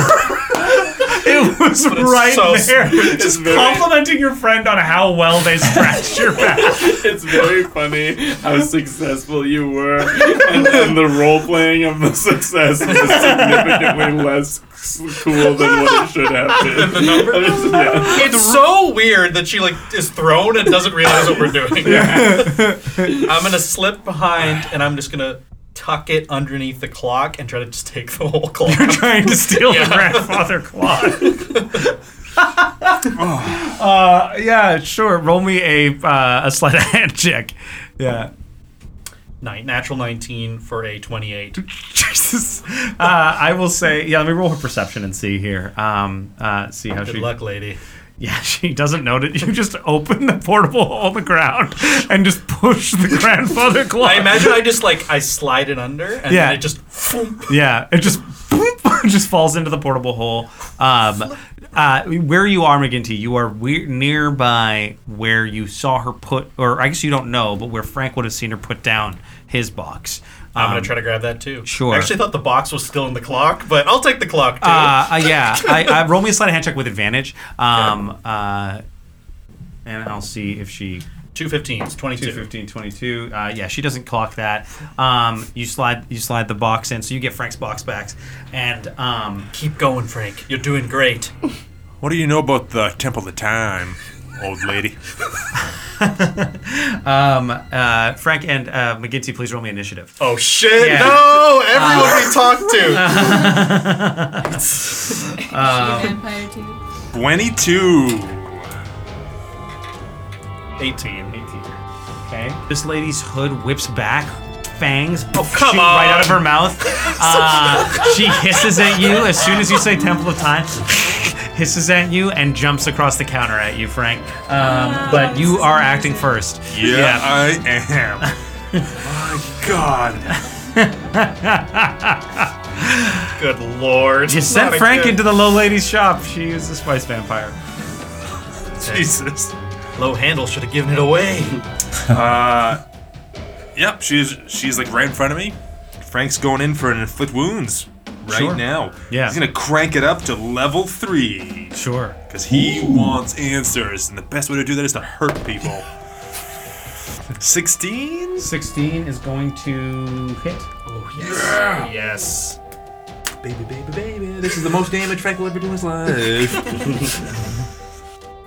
It was right so there. sweet. Just It's complimenting your friend on how well they scratched your back. It's very funny how successful you were, and, and the role playing of the success was significantly less cool than what it should have been. The number? yeah. <laughs> It's so weird that she like is thrown and doesn't realize what we're doing. <laughs> I'm gonna slip behind and I'm just gonna tuck it underneath the clock and try to just take the whole clock. Trying to steal Yeah. the grandfather clock. uh, yeah, sure. Roll me a uh, a sleight of hand check. Yeah. <laughs> Nine, natural 19 for a 28. Jesus. Uh, I will say, yeah, let me roll her perception and see here. Um, uh, see how Good she. luck, lady. Yeah, <laughs> she doesn't notice. You just open the portable hole in the ground and just push the <laughs> grandfather clock. I imagine I just like I slide it under and Yeah. then it just Yeah, it just <laughs> boop, it just falls into the portable hole. Um, uh, where you are, McGinty, you are we- nearby where you saw her put, or I guess you don't know, but where Frank would have seen her put down his box. Uh, I'm gonna try to grab that too. sure. I actually thought the box was still in the clock, but I'll take the clock too. Uh, uh, yeah, I, I roll me a sleight of hand check with advantage, um, uh, and I'll see if she two fifteen. It's twenty 22, two. 15, 22. Uh, yeah, she doesn't clock that. Um, you slide you slide the box in, so you get Frank's box back, and um, Keep going, Frank. You're doing great. What do you know about the Temple of Time, old lady? um, uh, Frank and uh, McGinty, please roll me initiative. Oh shit! Yeah. Uh, No, everyone we talked to. Um, vampire too. 22. Eighteen. Okay. Oh, This lady's hood whips back, fangs come shoot right out of on. her <laughs> mouth. Uh, she hisses at you as soon as you say Temple of Time. <laughs> hisses at you and jumps across the counter at you, Frank. Um, but you are acting first. Yeah, I am. My God. Good lord. You sent a Frank good- into the low lady's shop. She is a spice vampire. Jesus. Low handle should have given it away. Yep, she's she's like right in front of me. Frank's going in for an inflict wounds right Sure. now. Yeah. He's gonna crank it up to level three. Sure. Because he wants answers, and the best way to do that is to hurt people. 16? 16 is going to hit. Yes. Baby, baby, baby. This is the most damage Frank will ever do in his <laughs> life.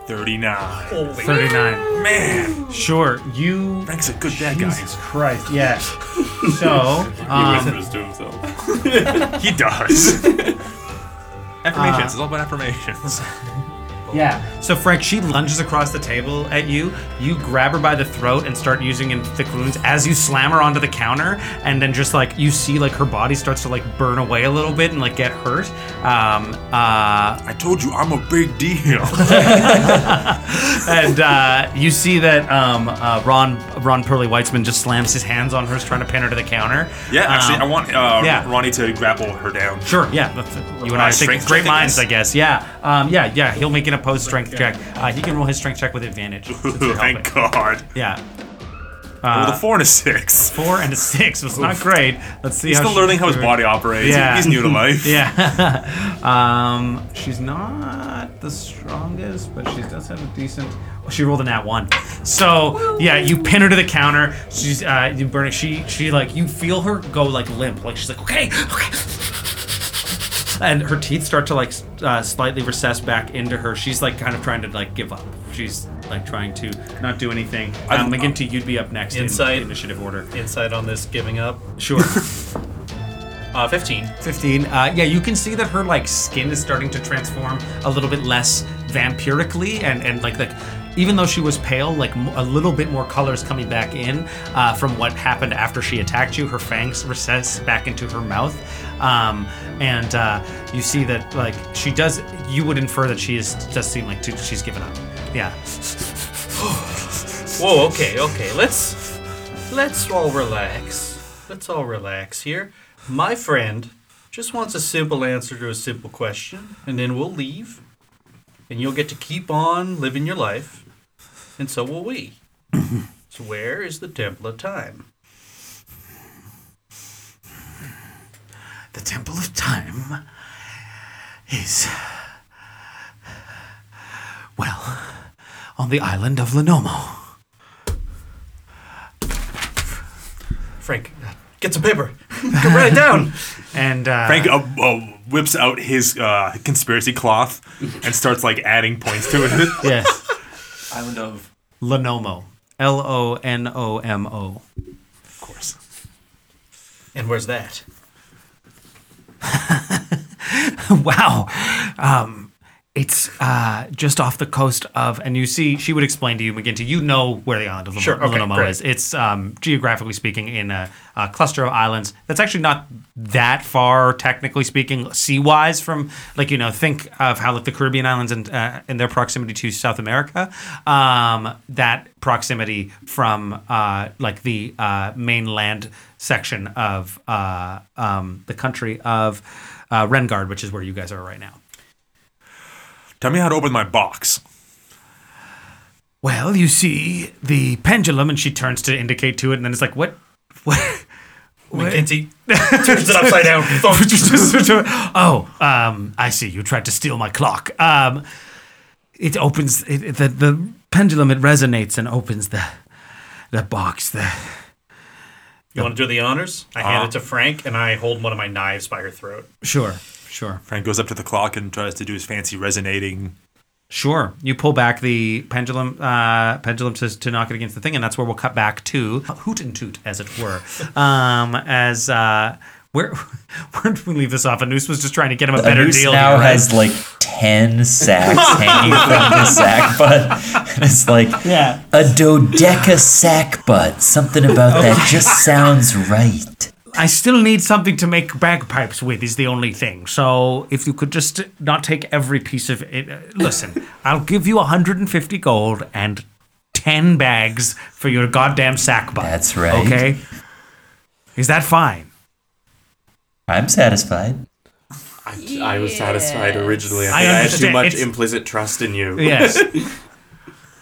39. 39. Man, Sure. You. Frank's a good bad guy. Jesus Christ. Yeah. <laughs> So. Um, whispers to <laughs> himself. He does. affirmations. it's all about affirmations. yeah. So, Frank, she lunges across the table at you. You grab her by the throat and start using in thick wounds as you slam her onto the counter. And then just like you see, like her body starts to like burn away a little bit and like get hurt. Um, uh, I told you I'm a big deal. and uh, you see that um, uh, Ron Ron Perley Weitzman just slams his hands on hers, trying to pin her to the counter. <laughs> yeah, actually, Um, I want uh, yeah. Ronnie to grapple her down. Sure, yeah. that's- you and I Uh, think strength great check, I minds, guess? I guess. Yeah, um, yeah, yeah. He'll make an opposed strength check. Uh, he can roll his strength check with advantage. since you're helping. <laughs> Thank Uh, God. Yeah, well, the four and a six. Uh, four and a six was not great. Let's see. He's how still she- learning how his body operates. Yeah. He's new to <laughs> life. Yeah. <laughs> um, she's not the strongest, but she does have a decent. Well, she rolled an at one. So yeah, you pin her to the counter. She's uh, you burn it. She she like you feel her go like limp. Like she's like okay, okay. And her teeth start to like s- uh, slightly recess back into her. She's like kind of trying to like give up. She's like trying to not do anything. Um, uh, McGinty, you'd be up next Insight. in initiative order. Insight on this giving up. Sure. Uh, fifteen. 15 uh, yeah you can see that her like skin is starting to transform a little bit less vampirically and and like like even though she was pale like m- a little bit more colors coming back in uh, from what happened after she attacked you her fangs recess back into her mouth um, and uh, you see that like she does you would infer that she is does seem like too, she's given up yeah Whoa, okay, okay. Let's let's all relax. Let's all relax here. My friend just wants a simple answer to a simple question, and then we'll leave. And you'll get to keep on living your life. And so <coughs> will we. so where is the Temple of Time? the temple of time is well on the island of lenomo Frank, get some paper. Go write it down. and uh, Frank uh, uh, whips out his uh, conspiracy cloth and starts like adding points to it. Yes. <laughs> Island of. Lenomo. L O N O M O. <laughs> of course. <laughs> And where's that? Wow. Um, it's uh, just off the coast of, and you see, she would explain to you, McGinty, you know where the island of Lenomo, Sure, okay, Lenomo great. is. It's um, geographically speaking in a, a cluster of islands that's actually not that far, technically speaking, sea wise from, like, you know, think of how, like, the Caribbean islands and, uh, and their proximity to South America. Um, that proximity from, uh, like, the uh, mainland section of uh, um, the country of uh, Rengard, which is where you guys are right now. Tell me how to open my box. Well, you see the pendulum, and she turns to indicate to it, and then it's like, what, <laughs> what, <laughs> McKenzie turns it upside <laughs> down. Thunk. oh, um, I see. You tried to steal my clock. Um, it opens it, it- the the pendulum. It resonates and opens the the box. The You want to do the honors? I hand it to Frank, and I hold one of my knives by her throat. sure, sure, Frank goes up to the clock and tries to do his fancy resonating. sure. You pull back the pendulum. Uh, pendulum to to knock it against the thing, and that's where we'll cut back to hoot and toot, as it <laughs> were. um, as uh, where <laughs> where do we leave this off? Anus was just trying to get him a better Anus deal. now here, right? has like <laughs> ten sacks hanging from the sack butt, <laughs> and it's like Yeah. a dodeca sack butt. Something about that just sounds right. I still need something to make bagpipes with is the only thing. So if you could just not take every piece of it. uh, <laughs> Listen, I'll give you 150 gold and 10 bags for your goddamn sack bag. That's right. Okay? Is that <laughs> fine? I'm satisfied. I was satisfied originally. I, I think I had too understand. much It's- implicit trust in you. Yes.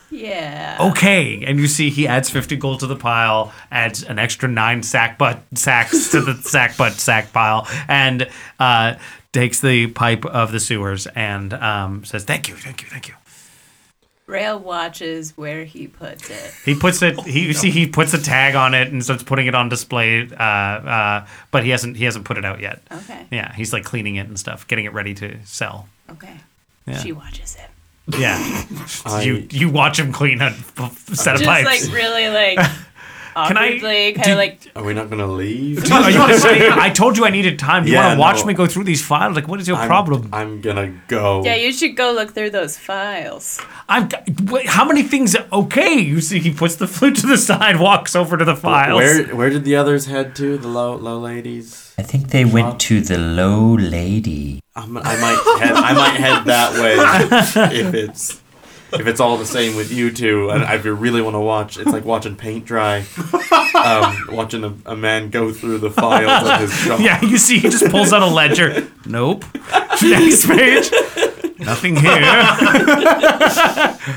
Yeah. Oh. okay. And you see he adds 50 gold to the pile, adds an extra 9 sack butt sacks <laughs> to the sack butt sack pile and uh takes the pipe of the sewers and um says thank you, thank you, thank you. Rail watches where he puts it. He puts it. He you see he puts a tag on it and starts putting it on display. Uh, uh, but he hasn't he hasn't put it out yet. Okay. Yeah, he's like cleaning it and stuff, getting it ready to sell. Okay. Yeah. She watches him. Yeah, <laughs> I- you you watch him clean a p- set of Just pipes. <laughs> like really like Can I- awkwardly, kind do- of like Are we not gonna leave? Are <laughs> you insane? I told you I needed time. You Yeah, want to watch no. me go through these files? Like, what is your I'm- problem? I'm gonna go. yeah. You should go look through those files. I'm. Wait, how many things? are Okay, you see, he puts the flute to the <laughs> side, walks over to the files. Where where did the others head to? The low low ladies. I think they went to the low lady. I'm, I might head I might head that way if it's if it's all the same with you two. And if you really want to watch, it's like watching paint dry. Um, watching a, a man go through the files of his shop. Yeah, you see, he just pulls out a <laughs> ledger. Nope. <laughs> Next page. Nothing here.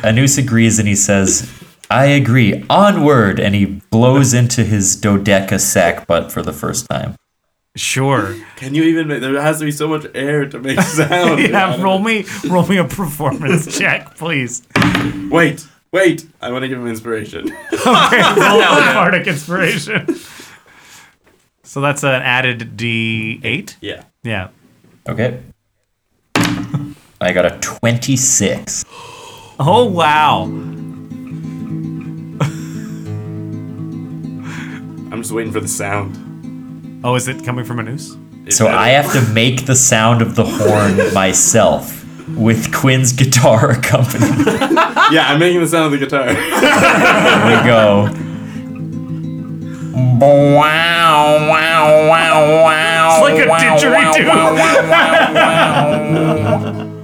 Anus agrees and he says, I agree. Onward. And he blows into his dodeca sack butt for the first time. <laughs> Sure. <laughs> Can you even make? There has to be so much air to make sound. out Yeah, of roll it. me, roll me a <laughs> performance check, please. Wait, wait. I want to give him inspiration. Okay, roll a bardic inspiration. So that's an added D8. Yeah. Yeah. Okay. I got a 26. Oh wow. I'm just waiting for the sound. Oh, is it coming from a noose? It So better- I have to make the sound of <laughs> the horn myself with Quinn's guitar <laughs> accompaniment. Yeah, I'm making the sound of the guitar. Here we go. Wow, wow, wow, wow. It's like a Oh, wow, didgeridoo. Wow, wow, wow, wow, wow. <laughs>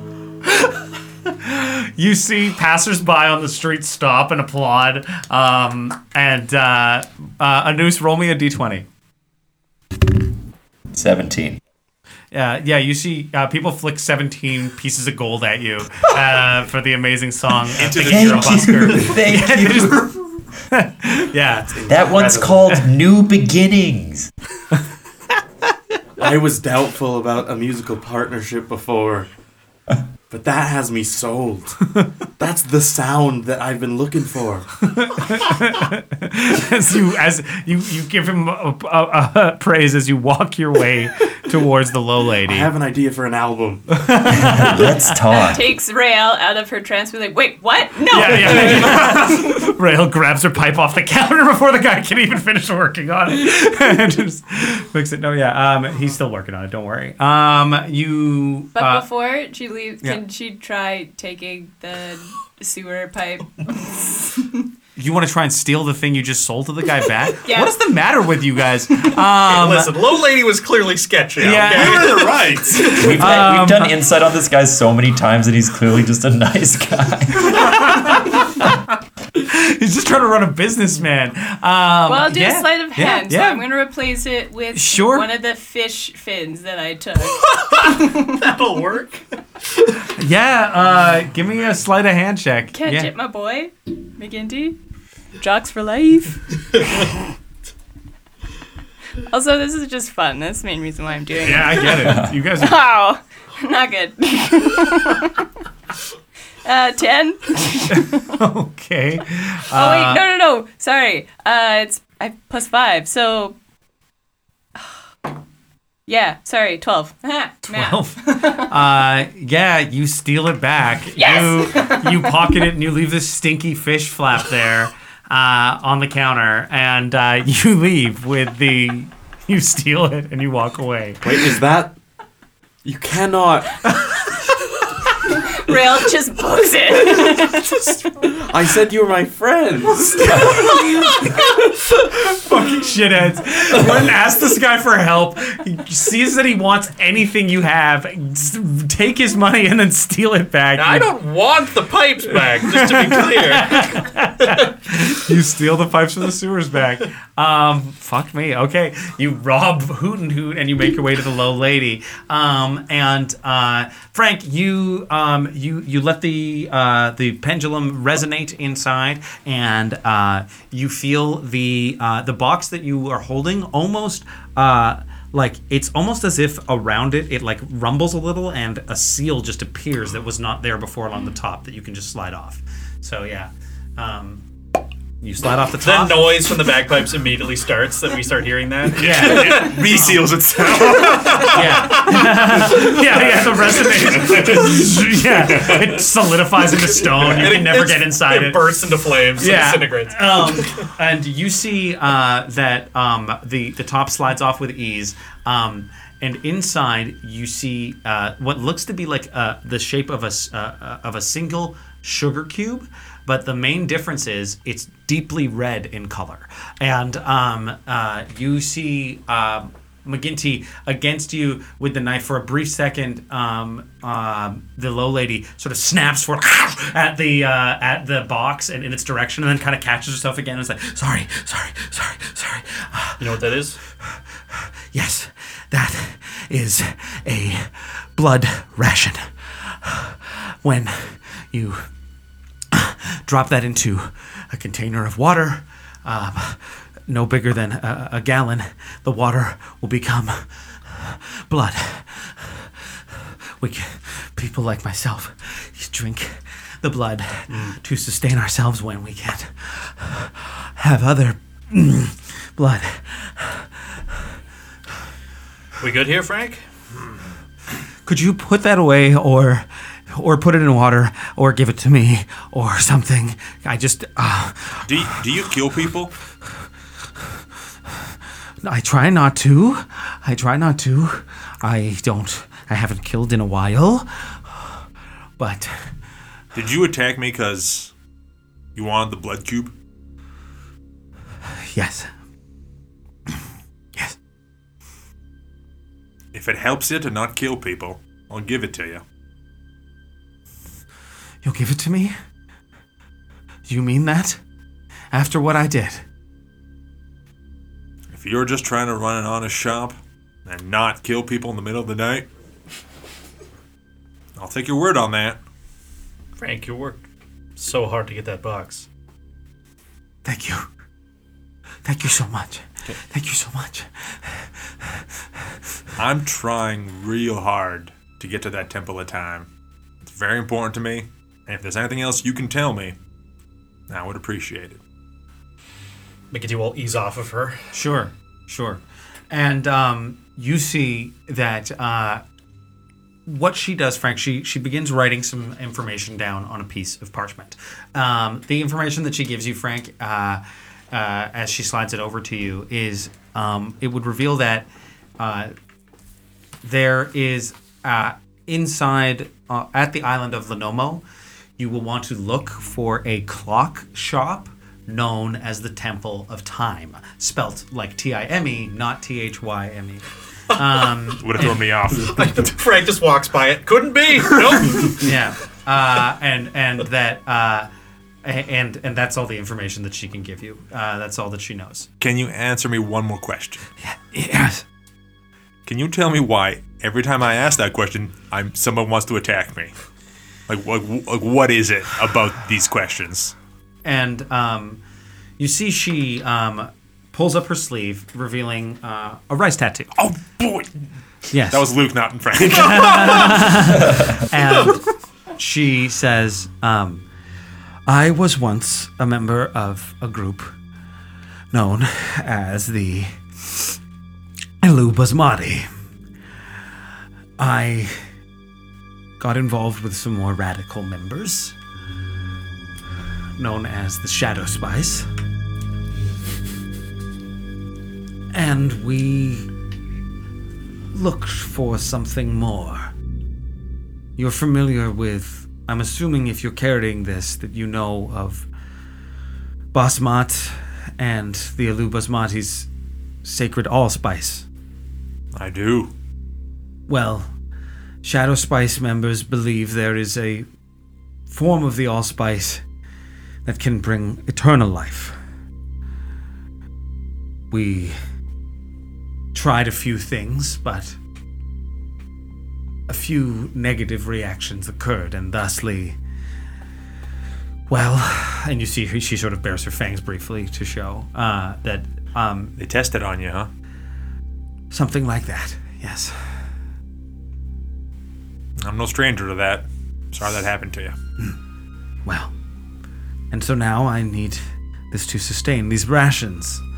You see passersby on the street stop and applaud. Um, and uh, uh, a noose, roll me a D20. 17. Uh, yeah, you see uh, people flick 17 pieces of gold at you uh, for the amazing song. I Think Thank You're a you. <laughs> Busker. <laughs> Thank They you. just- <laughs> yeah. That one's called New Beginnings. I was doubtful about a musical partnership before, but that has me sold. <laughs> That's the sound that I've been looking for. As you as you, you give him a, a, a <laughs> praise as you walk your way towards the low lady. I have an idea for an album. Let's talk. Takes Rail out of her trance. Be like, wait, what? No. yeah, yeah, yeah. <laughs> Rail grabs her pipe off the counter <laughs> before the guy can even finish working on it. <laughs> and just fix it. No, yeah. Um, he's still working on it. Don't worry. Um, you. But uh, before she leaves, yeah. can she try taking the sewer pipe? You want to try and steal the thing you just sold to the guy back? Yeah. What is the matter with you guys? Um, Listen, low lady was clearly sketchy. Yeah. Okay? You were right. We've, we've done insight on this guy so many times, and he's clearly just a nice guy. he's just trying to run a business, man. Um, Well, I'll do yeah, a sleight of yeah, hand. So yeah. I'm going to replace it with Sure. one of the fish fins that I took. That'll work. yeah, uh, give me a sleight of hand check. Catch yeah. it, my boy. <laughs> McGinty. Jocks for life. Also, this is just fun. That's the main reason why I'm doing Yeah, I it. get it. You guys are. Wow, <laughs> not good. uh, ten. Okay. Oh Uh, wait, no, no, no. Sorry. Uh, it's I plus five. So, <sighs> yeah. Sorry, twelve. <laughs> Twelve. Uh, yeah, you steal it back. Yes! You, you pocket it and you leave this stinky fish flap there uh, on the counter, and uh, you leave with the. You steal it and you walk away. Wait, is that? You cannot. Rail just books <laughs> it. I said you were my friends. Fucking shitheads. Wouldn't ask this guy for help. He sees that he wants anything you have. s- Take his money and then steal it back. I don't want the pipes back, just to be <laughs> clear. You steal the pipes from the sewers back. Um, fuck me. Okay, you rob Hoot and Hoot, and you make your way to the low lady. Um, and uh, Frank, you um, you you let the uh, the pendulum resonate inside, and uh, you feel the uh, the box that you are holding almost. Uh, like it's almost as if around it it like rumbles a little and a seal just appears that was not there before along the top that you can just slide off so yeah um, you slide off the the top. noise from the bagpipes immediately starts, that we start hearing that. Yeah, Reseals itself. yeah, <laughs> yeah, yeah. The resonates. yeah, it solidifies into stone. You can never It's- get inside It it. bursts into flames, yeah. Yeah. disintegrates. Um, and you see uh, that um, the the top slides off with ease. Um, and inside, you see uh, what looks to be like uh, the shape of a s- uh, uh, of a single sugar cube, but the main difference is it's deeply red in color. And um, uh, you see um McGinty against you with the knife for a brief second. Um, um, the low lady sort of snaps for <laughs> at the uh, at the box and in its direction, and then kind of catches herself again and is like, "Sorry, sorry, sorry, sorry." You know what that is? Yes, that is a blood ration. When you drop that into a container of water, um, no bigger than a, a gallon, the water will become blood. We c- people like myself drink the blood to sustain ourselves when we can't have other <clears throat> blood. We good here, Frank? could you put that away or or put it in water or give it to me or something i just uh, Do you, do you kill people? i try not to i try not to i don't i haven't killed in a while but Did you attack me because you wanted the blood cube? yes yes If it helps you to not kill people, I'll give it to you. you'll give it to me you mean that after what i did If you're just trying to run an honest shop and not kill people in the middle of the night, I'll take your word on that. Frank, you worked so hard to get that box. Thank you. Thank you so much. Thank you so much. I'm trying real hard to get to that temple of time. It's very important to me, and if there's anything else you can tell me, I would appreciate it. Mickey will ease off of her. Sure, sure. And um, you see that uh, what she does, Frank, she she begins writing some information down on a piece of parchment. Um, the information that she gives you, Frank, uh, uh, as she slides it over to you, is um, it would reveal that uh, there is uh, inside uh, at the island of Lenomo, you will want to look for a clock shop known as the Temple of Time, spelt like T I M E, not T H Y M E. Would have thrown me off. <laughs> <laughs> Frank just walks by it. Couldn't be. Nope. yeah uh, and and that uh, a- and and that's all the information that she can give you uh, that's all that she knows Can you answer me one more question? yes Can you tell me why every time I ask that question, I'm someone wants to attack me? Like, what, like what is it about these questions? and um, you see she um, pulls up her sleeve, revealing uh, a rice tattoo. Oh boy. Yes. That was Luke, not <laughs> Frank. and she says, um, I was once a member of a group known as the Ilu Basmati. I got involved with some more radical members known as the Shadow Spies. And we looked for something more. You're familiar with, I'm assuming if you're carrying this, that you know of Basmat and the Alu Basmati's sacred allspice. I do. Well, Shadow Spice members believe there is a form of the allspice that can bring eternal life. We tried a few things, but a few negative reactions occurred, and thusly, well, and you see her- she sort of bares her fangs briefly to show uh, that um, They tested on you, huh? something like that. Yes. I'm no stranger to that. Sorry that happened to you. Well, and so now I need this to sustain these rations. <laughs>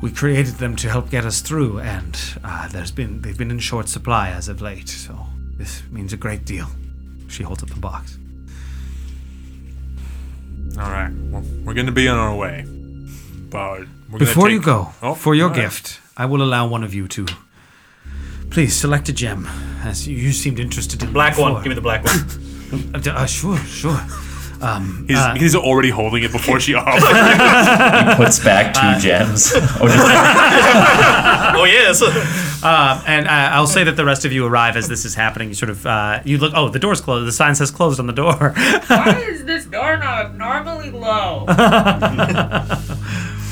We created them to help get us through, and uh, there's been they've been in short supply as of late. So this means a great deal. She holds up the box. All right. Well, we're going to be on our way. But we're gonna Before take- you go, Oh, for your all right. gift, I will allow one of you to. Please select a gem, as you, you seemed interested in. Black one. before. Give me the black one. Uh, uh, sure, sure. Um, He's, uh, he's already holding it before she <laughs> offers. Puts back two gems. <laughs> Oh, just, oh yes. <laughs> Um, <laughs> and I, I'll say that the rest of you arrive as this is happening. You sort of uh, you look. Oh, the door's closed. The sign says closed on the door. <laughs> Why is this doorknob normally low?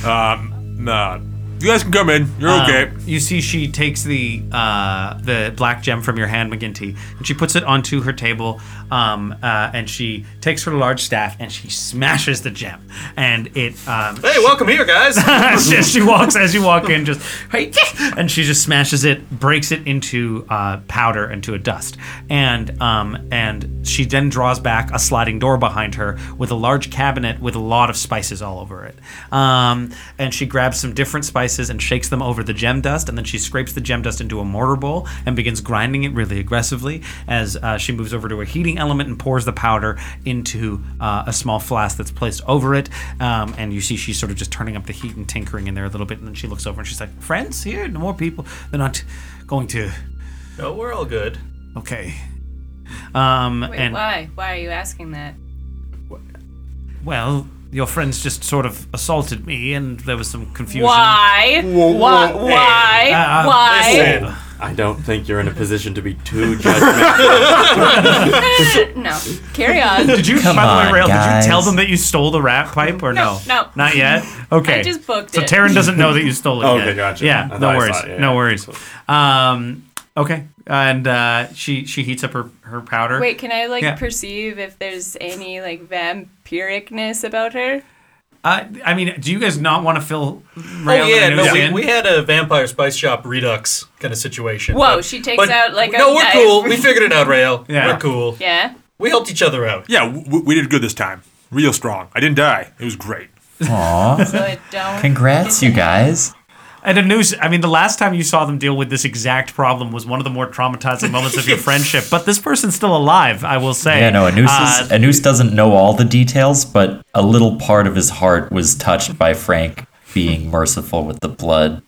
Um, nah. You guys can come in. You're Uh. okay. you see, she takes the uh, the black gem from your hand, McGinty, and she puts it onto her table. Um, uh, and she takes her large staff and she smashes the gem, and it um, <laughs> Hey, welcome here, guys. as she- as she walks as you walk in, just "Hey, yeah," and she just smashes it, breaks it into uh, powder, into a dust, and um, and she then draws back a sliding door behind her with a large cabinet with a lot of spices all over it. Um, and she grabs some different spices and shakes them over the gem dust, and then she scrapes the gem dust into a mortar bowl and begins grinding it really aggressively as uh, she moves over to a heating element and pours the powder into uh, a small flask that's placed over it. Um, and you see she's sort of just turning up the heat and tinkering in there a little bit. And then she looks over and she's like, Friends here? No more people. They're not going to. no, we're all good. Okay. Um, <laughs> Wait, and why? Why are you asking that? well, your friends just sort of assaulted me, and there was some confusion. Why? Why? Why? Uh, uh, Why? Oh, And I don't think you're in a position to be too judgmental. uh, <laughs> no, carry <laughs> on. Did you, Come by the on, way, Rail, did guys. you tell them that you stole the rat pipe or no? No, no. Not yet? Okay. <laughs> I just booked so it. Taryn doesn't know that <laughs> you stole it Okay, yet. gotcha. I Yeah, thought no I worries. saw it, yeah, No yeah. worries. Um, okay. And uh, she she heats up her, her powder. Wait, can I like Yeah. perceive if there's any like vampiricness about her? Uh, I mean, do you guys not want to fill Oh Rail yeah, and no, Anoush we, in? we had a vampire spice shop redux kind of situation. Whoa, she takes out, like, a no, we're knife. cool. <laughs> We figured it out, Rail. Yeah. We're cool. Yeah. We helped each other out. Yeah, we, we did good this time. Real strong. I didn't die. It was great. <laughs> aw. So it don't. Congrats, you guys. And Anoush, I mean, the last time you saw them deal with this exact problem was one of the more traumatizing moments <laughs> of your friendship. But this person's still alive, I will say. Yeah, no, Anus, Uh, is, Anus doesn't know all the details, but a little part of his heart was touched by Frank being merciful with the blood.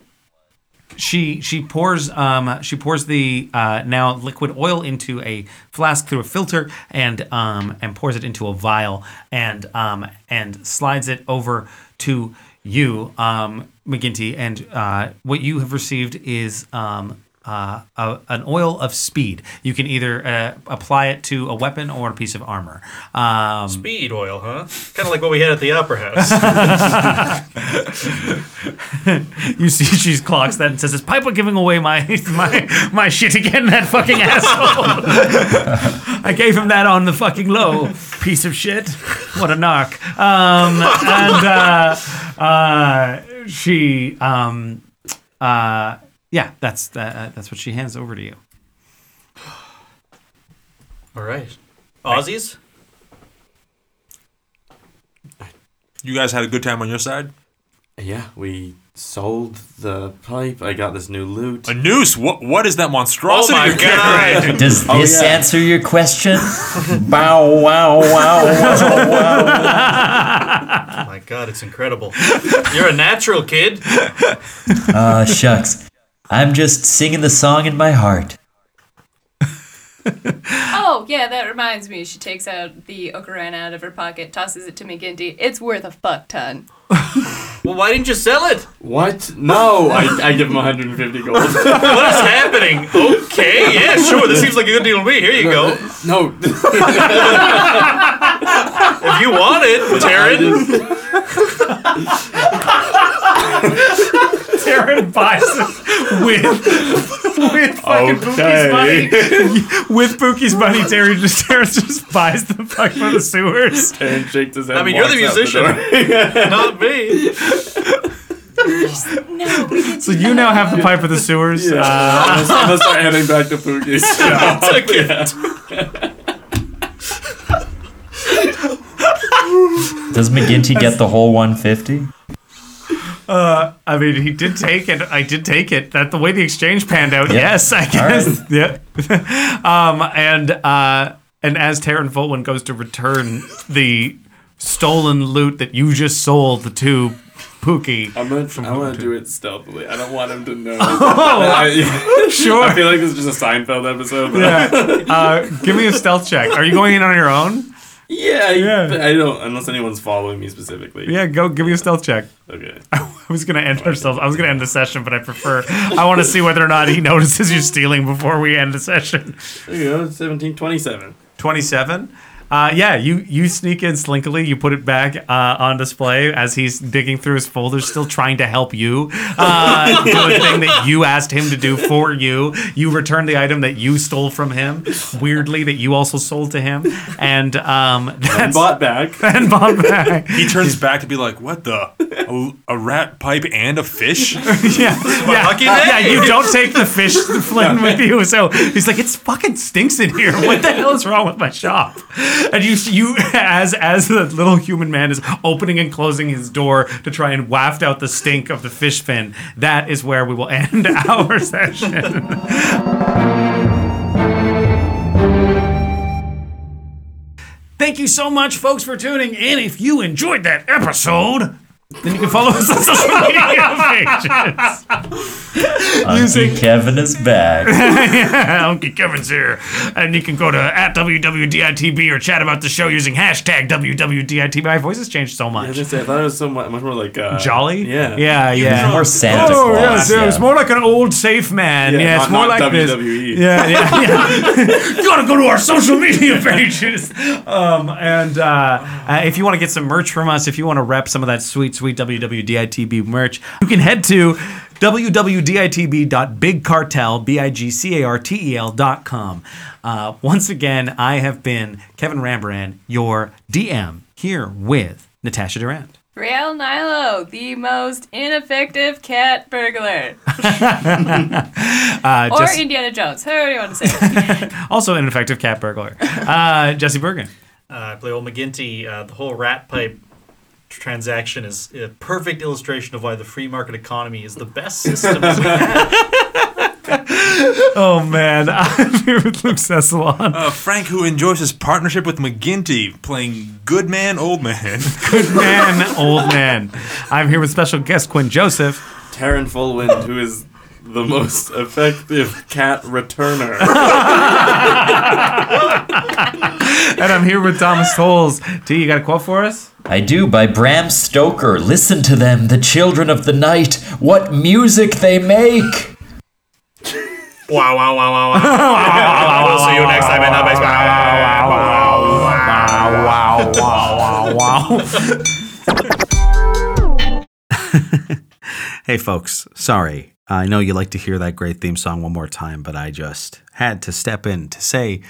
she she pours um she pours the uh, now liquid oil into a flask through a filter and um and pours it into a vial and um and slides it over to you um McGinty and uh, what you have received is um. Uh, a, an oil of speed. You can either uh, apply it to a weapon or a piece of armor. Um, Bead oil, huh? Kind of like what we had at the opera <laughs> house. You see, <laughs> she clocks that and says, "Is Piper giving away my my my shit again? That fucking asshole! <laughs> I gave him that on the fucking low, piece of shit. What a narc!" Um, and uh, uh, she um uh yeah that's uh, that's what she hands over to you All right. Aussies? You guys had a good time on your side? Yeah, we sold the pipe. I got this new loot. A noose? What, what is that monstrosity? Oh <laughs> <laughs> my you're carrying? Does Oh, this yeah. answer your question? Bow wow wow wow wow. Oh my god, it's incredible. You're a natural kid. Ah shucks. I'm just singing the song in my heart. Oh, yeah, that reminds me. She takes out the ocarina out of her pocket, tosses it to McGinty. It's worth a fuck ton. Well, why didn't you sell it? What? No! I, I give him 150 <laughs> gold. What is happening? Okay, yeah, sure. This seems like a good deal to me. Here you go. no. If you want it, Taryn. Taryn buys it with with fucking Bookie's money. With Bookie's money, Taryn just Taryn just buys the fuck from the sewers. and shakes his head. I mean, you're the musician, <laughs> not me. No, we did So you now have the pipe for the sewers. Uh, <laughs> I'm gonna start heading back to Pookie's. Took it. Does McGinty get the whole 150? I mean, he did take it. I did take it. That the way the exchange panned out. Yes, I <laughs> guess. Yeah. um, and uh, and as Taryn Volwin goes to return the stolen loot that you just sold the two Pookie. I'm gonna, I want to do it stealthily. I don't want him <laughs> to know. Oh. I, <laughs> Sure. I feel like this is just a Seinfeld episode. But Yeah. Uh, give me a stealth check. Are you going in on your own? yeah, Yeah. yeah. I don't, unless anyone's following me specifically. Yeah, Oh. go give me a stealth check. <laughs> Okay. I was gonna end ourselves. I was gonna end the session, but I prefer. I want to see whether or not he notices you stealing before we end the session. There you go. 1727. Twenty-seven. Uh, yeah, you you sneak in slinkily. You put it back uh, on display as he's digging through his folders, still trying to help you uh, do a thing that you asked him to do for you. You return the item that you stole from him, weirdly that you also sold to him, and um, <laughs> that's Bought back. and bought back. He turns back to be like, what the? A, a rat pipe and a <laughs> fish? Yeah, yeah, Uh, lucky yeah. day. You don't take the fish Flynn with you, so he's like, "It's fucking stinks in here. What the hell is wrong with my shop?" And you, you, as as the little human man is opening and closing his door to try and waft out the stink of the fish fin. That is where we will end <laughs> our session. Thank you so much, folks, for tuning in. If you enjoyed that episode, then you can follow us on social media pages. Uncle Kevin is <laughs> back. Uncle Kevin's here. And you can go to at WWDITB or chat about the show using hashtag WWDITB. My voice has changed so I was much. gonna say, I thought it was so much, much more like uh, Jolly? Yeah. Yeah, yeah. More Santa Oh, yeah, Claus. it's, it's more like an old safe man. Yeah, Yeah, it's not- more not E. like WWE. this. Yeah, <laughs> yeah, yeah. you gotta go to our social media pages. Um, and uh, uh, if you want to get some merch from us, if you want to rep some of that sweet, sweet WWDITB merch, you can head to www.ditb.bigcartel, B-I-G-C-A-R-T-E-L E dot com. Uh, once again, I have been Kevin Rambran, your DM, here with Natasha Durant. Real Nilo, the most ineffective cat burglar. Uh, Or Jess- Indiana Jones, however you want to say it. also an effective cat burglar. Uh, Jesse Bergen. Uh, I play old McGinty. Uh, the whole rat pipe transaction is a perfect illustration of why the free market economy is the best system. <laughs> Oh man, <laughs> I'm here with Luke Cessalon. Uh, Frank, who enjoys his partnership with McGinty, playing good man, old man. Good man, old man. I'm here with special guest Quinn Joseph. Taryn Fulwind, who is the most effective cat <laughs> returner. And I'm here with Thomas Tolles. T, you got a quote for us? I do by Bram Stoker. Listen to them, the children of the night. What music they make! wow, wow, wow, wow, wow. We'll see you next time in Hubby's Wow, wow, wow, wow, <laughs> wow. hey, folks, sorry. I know you like to hear that great theme song one more time, but I just had to step in to say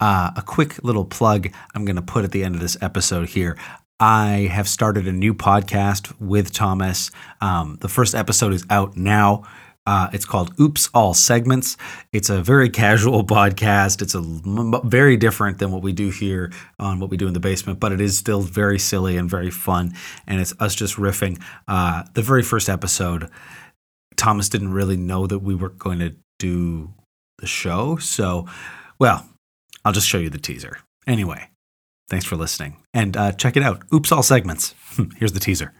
uh, a quick little plug I'm going to put at the end of this episode here. I have started a new podcast with Thomas. Um, the first episode is out now. Uh, it's called Oops All Segments. It's a very casual <laughs> podcast. It's a m- m- very different than what we do here on what we do in the basement, but it is still very silly and very fun. And it's us just riffing. Uh, the very first episode, Thomas didn't really know that we were going to do the show. So, well, I'll just show you the teaser. Anyway, thanks for listening and uh, check it out. Oops All Segments. <laughs> Here's the teaser.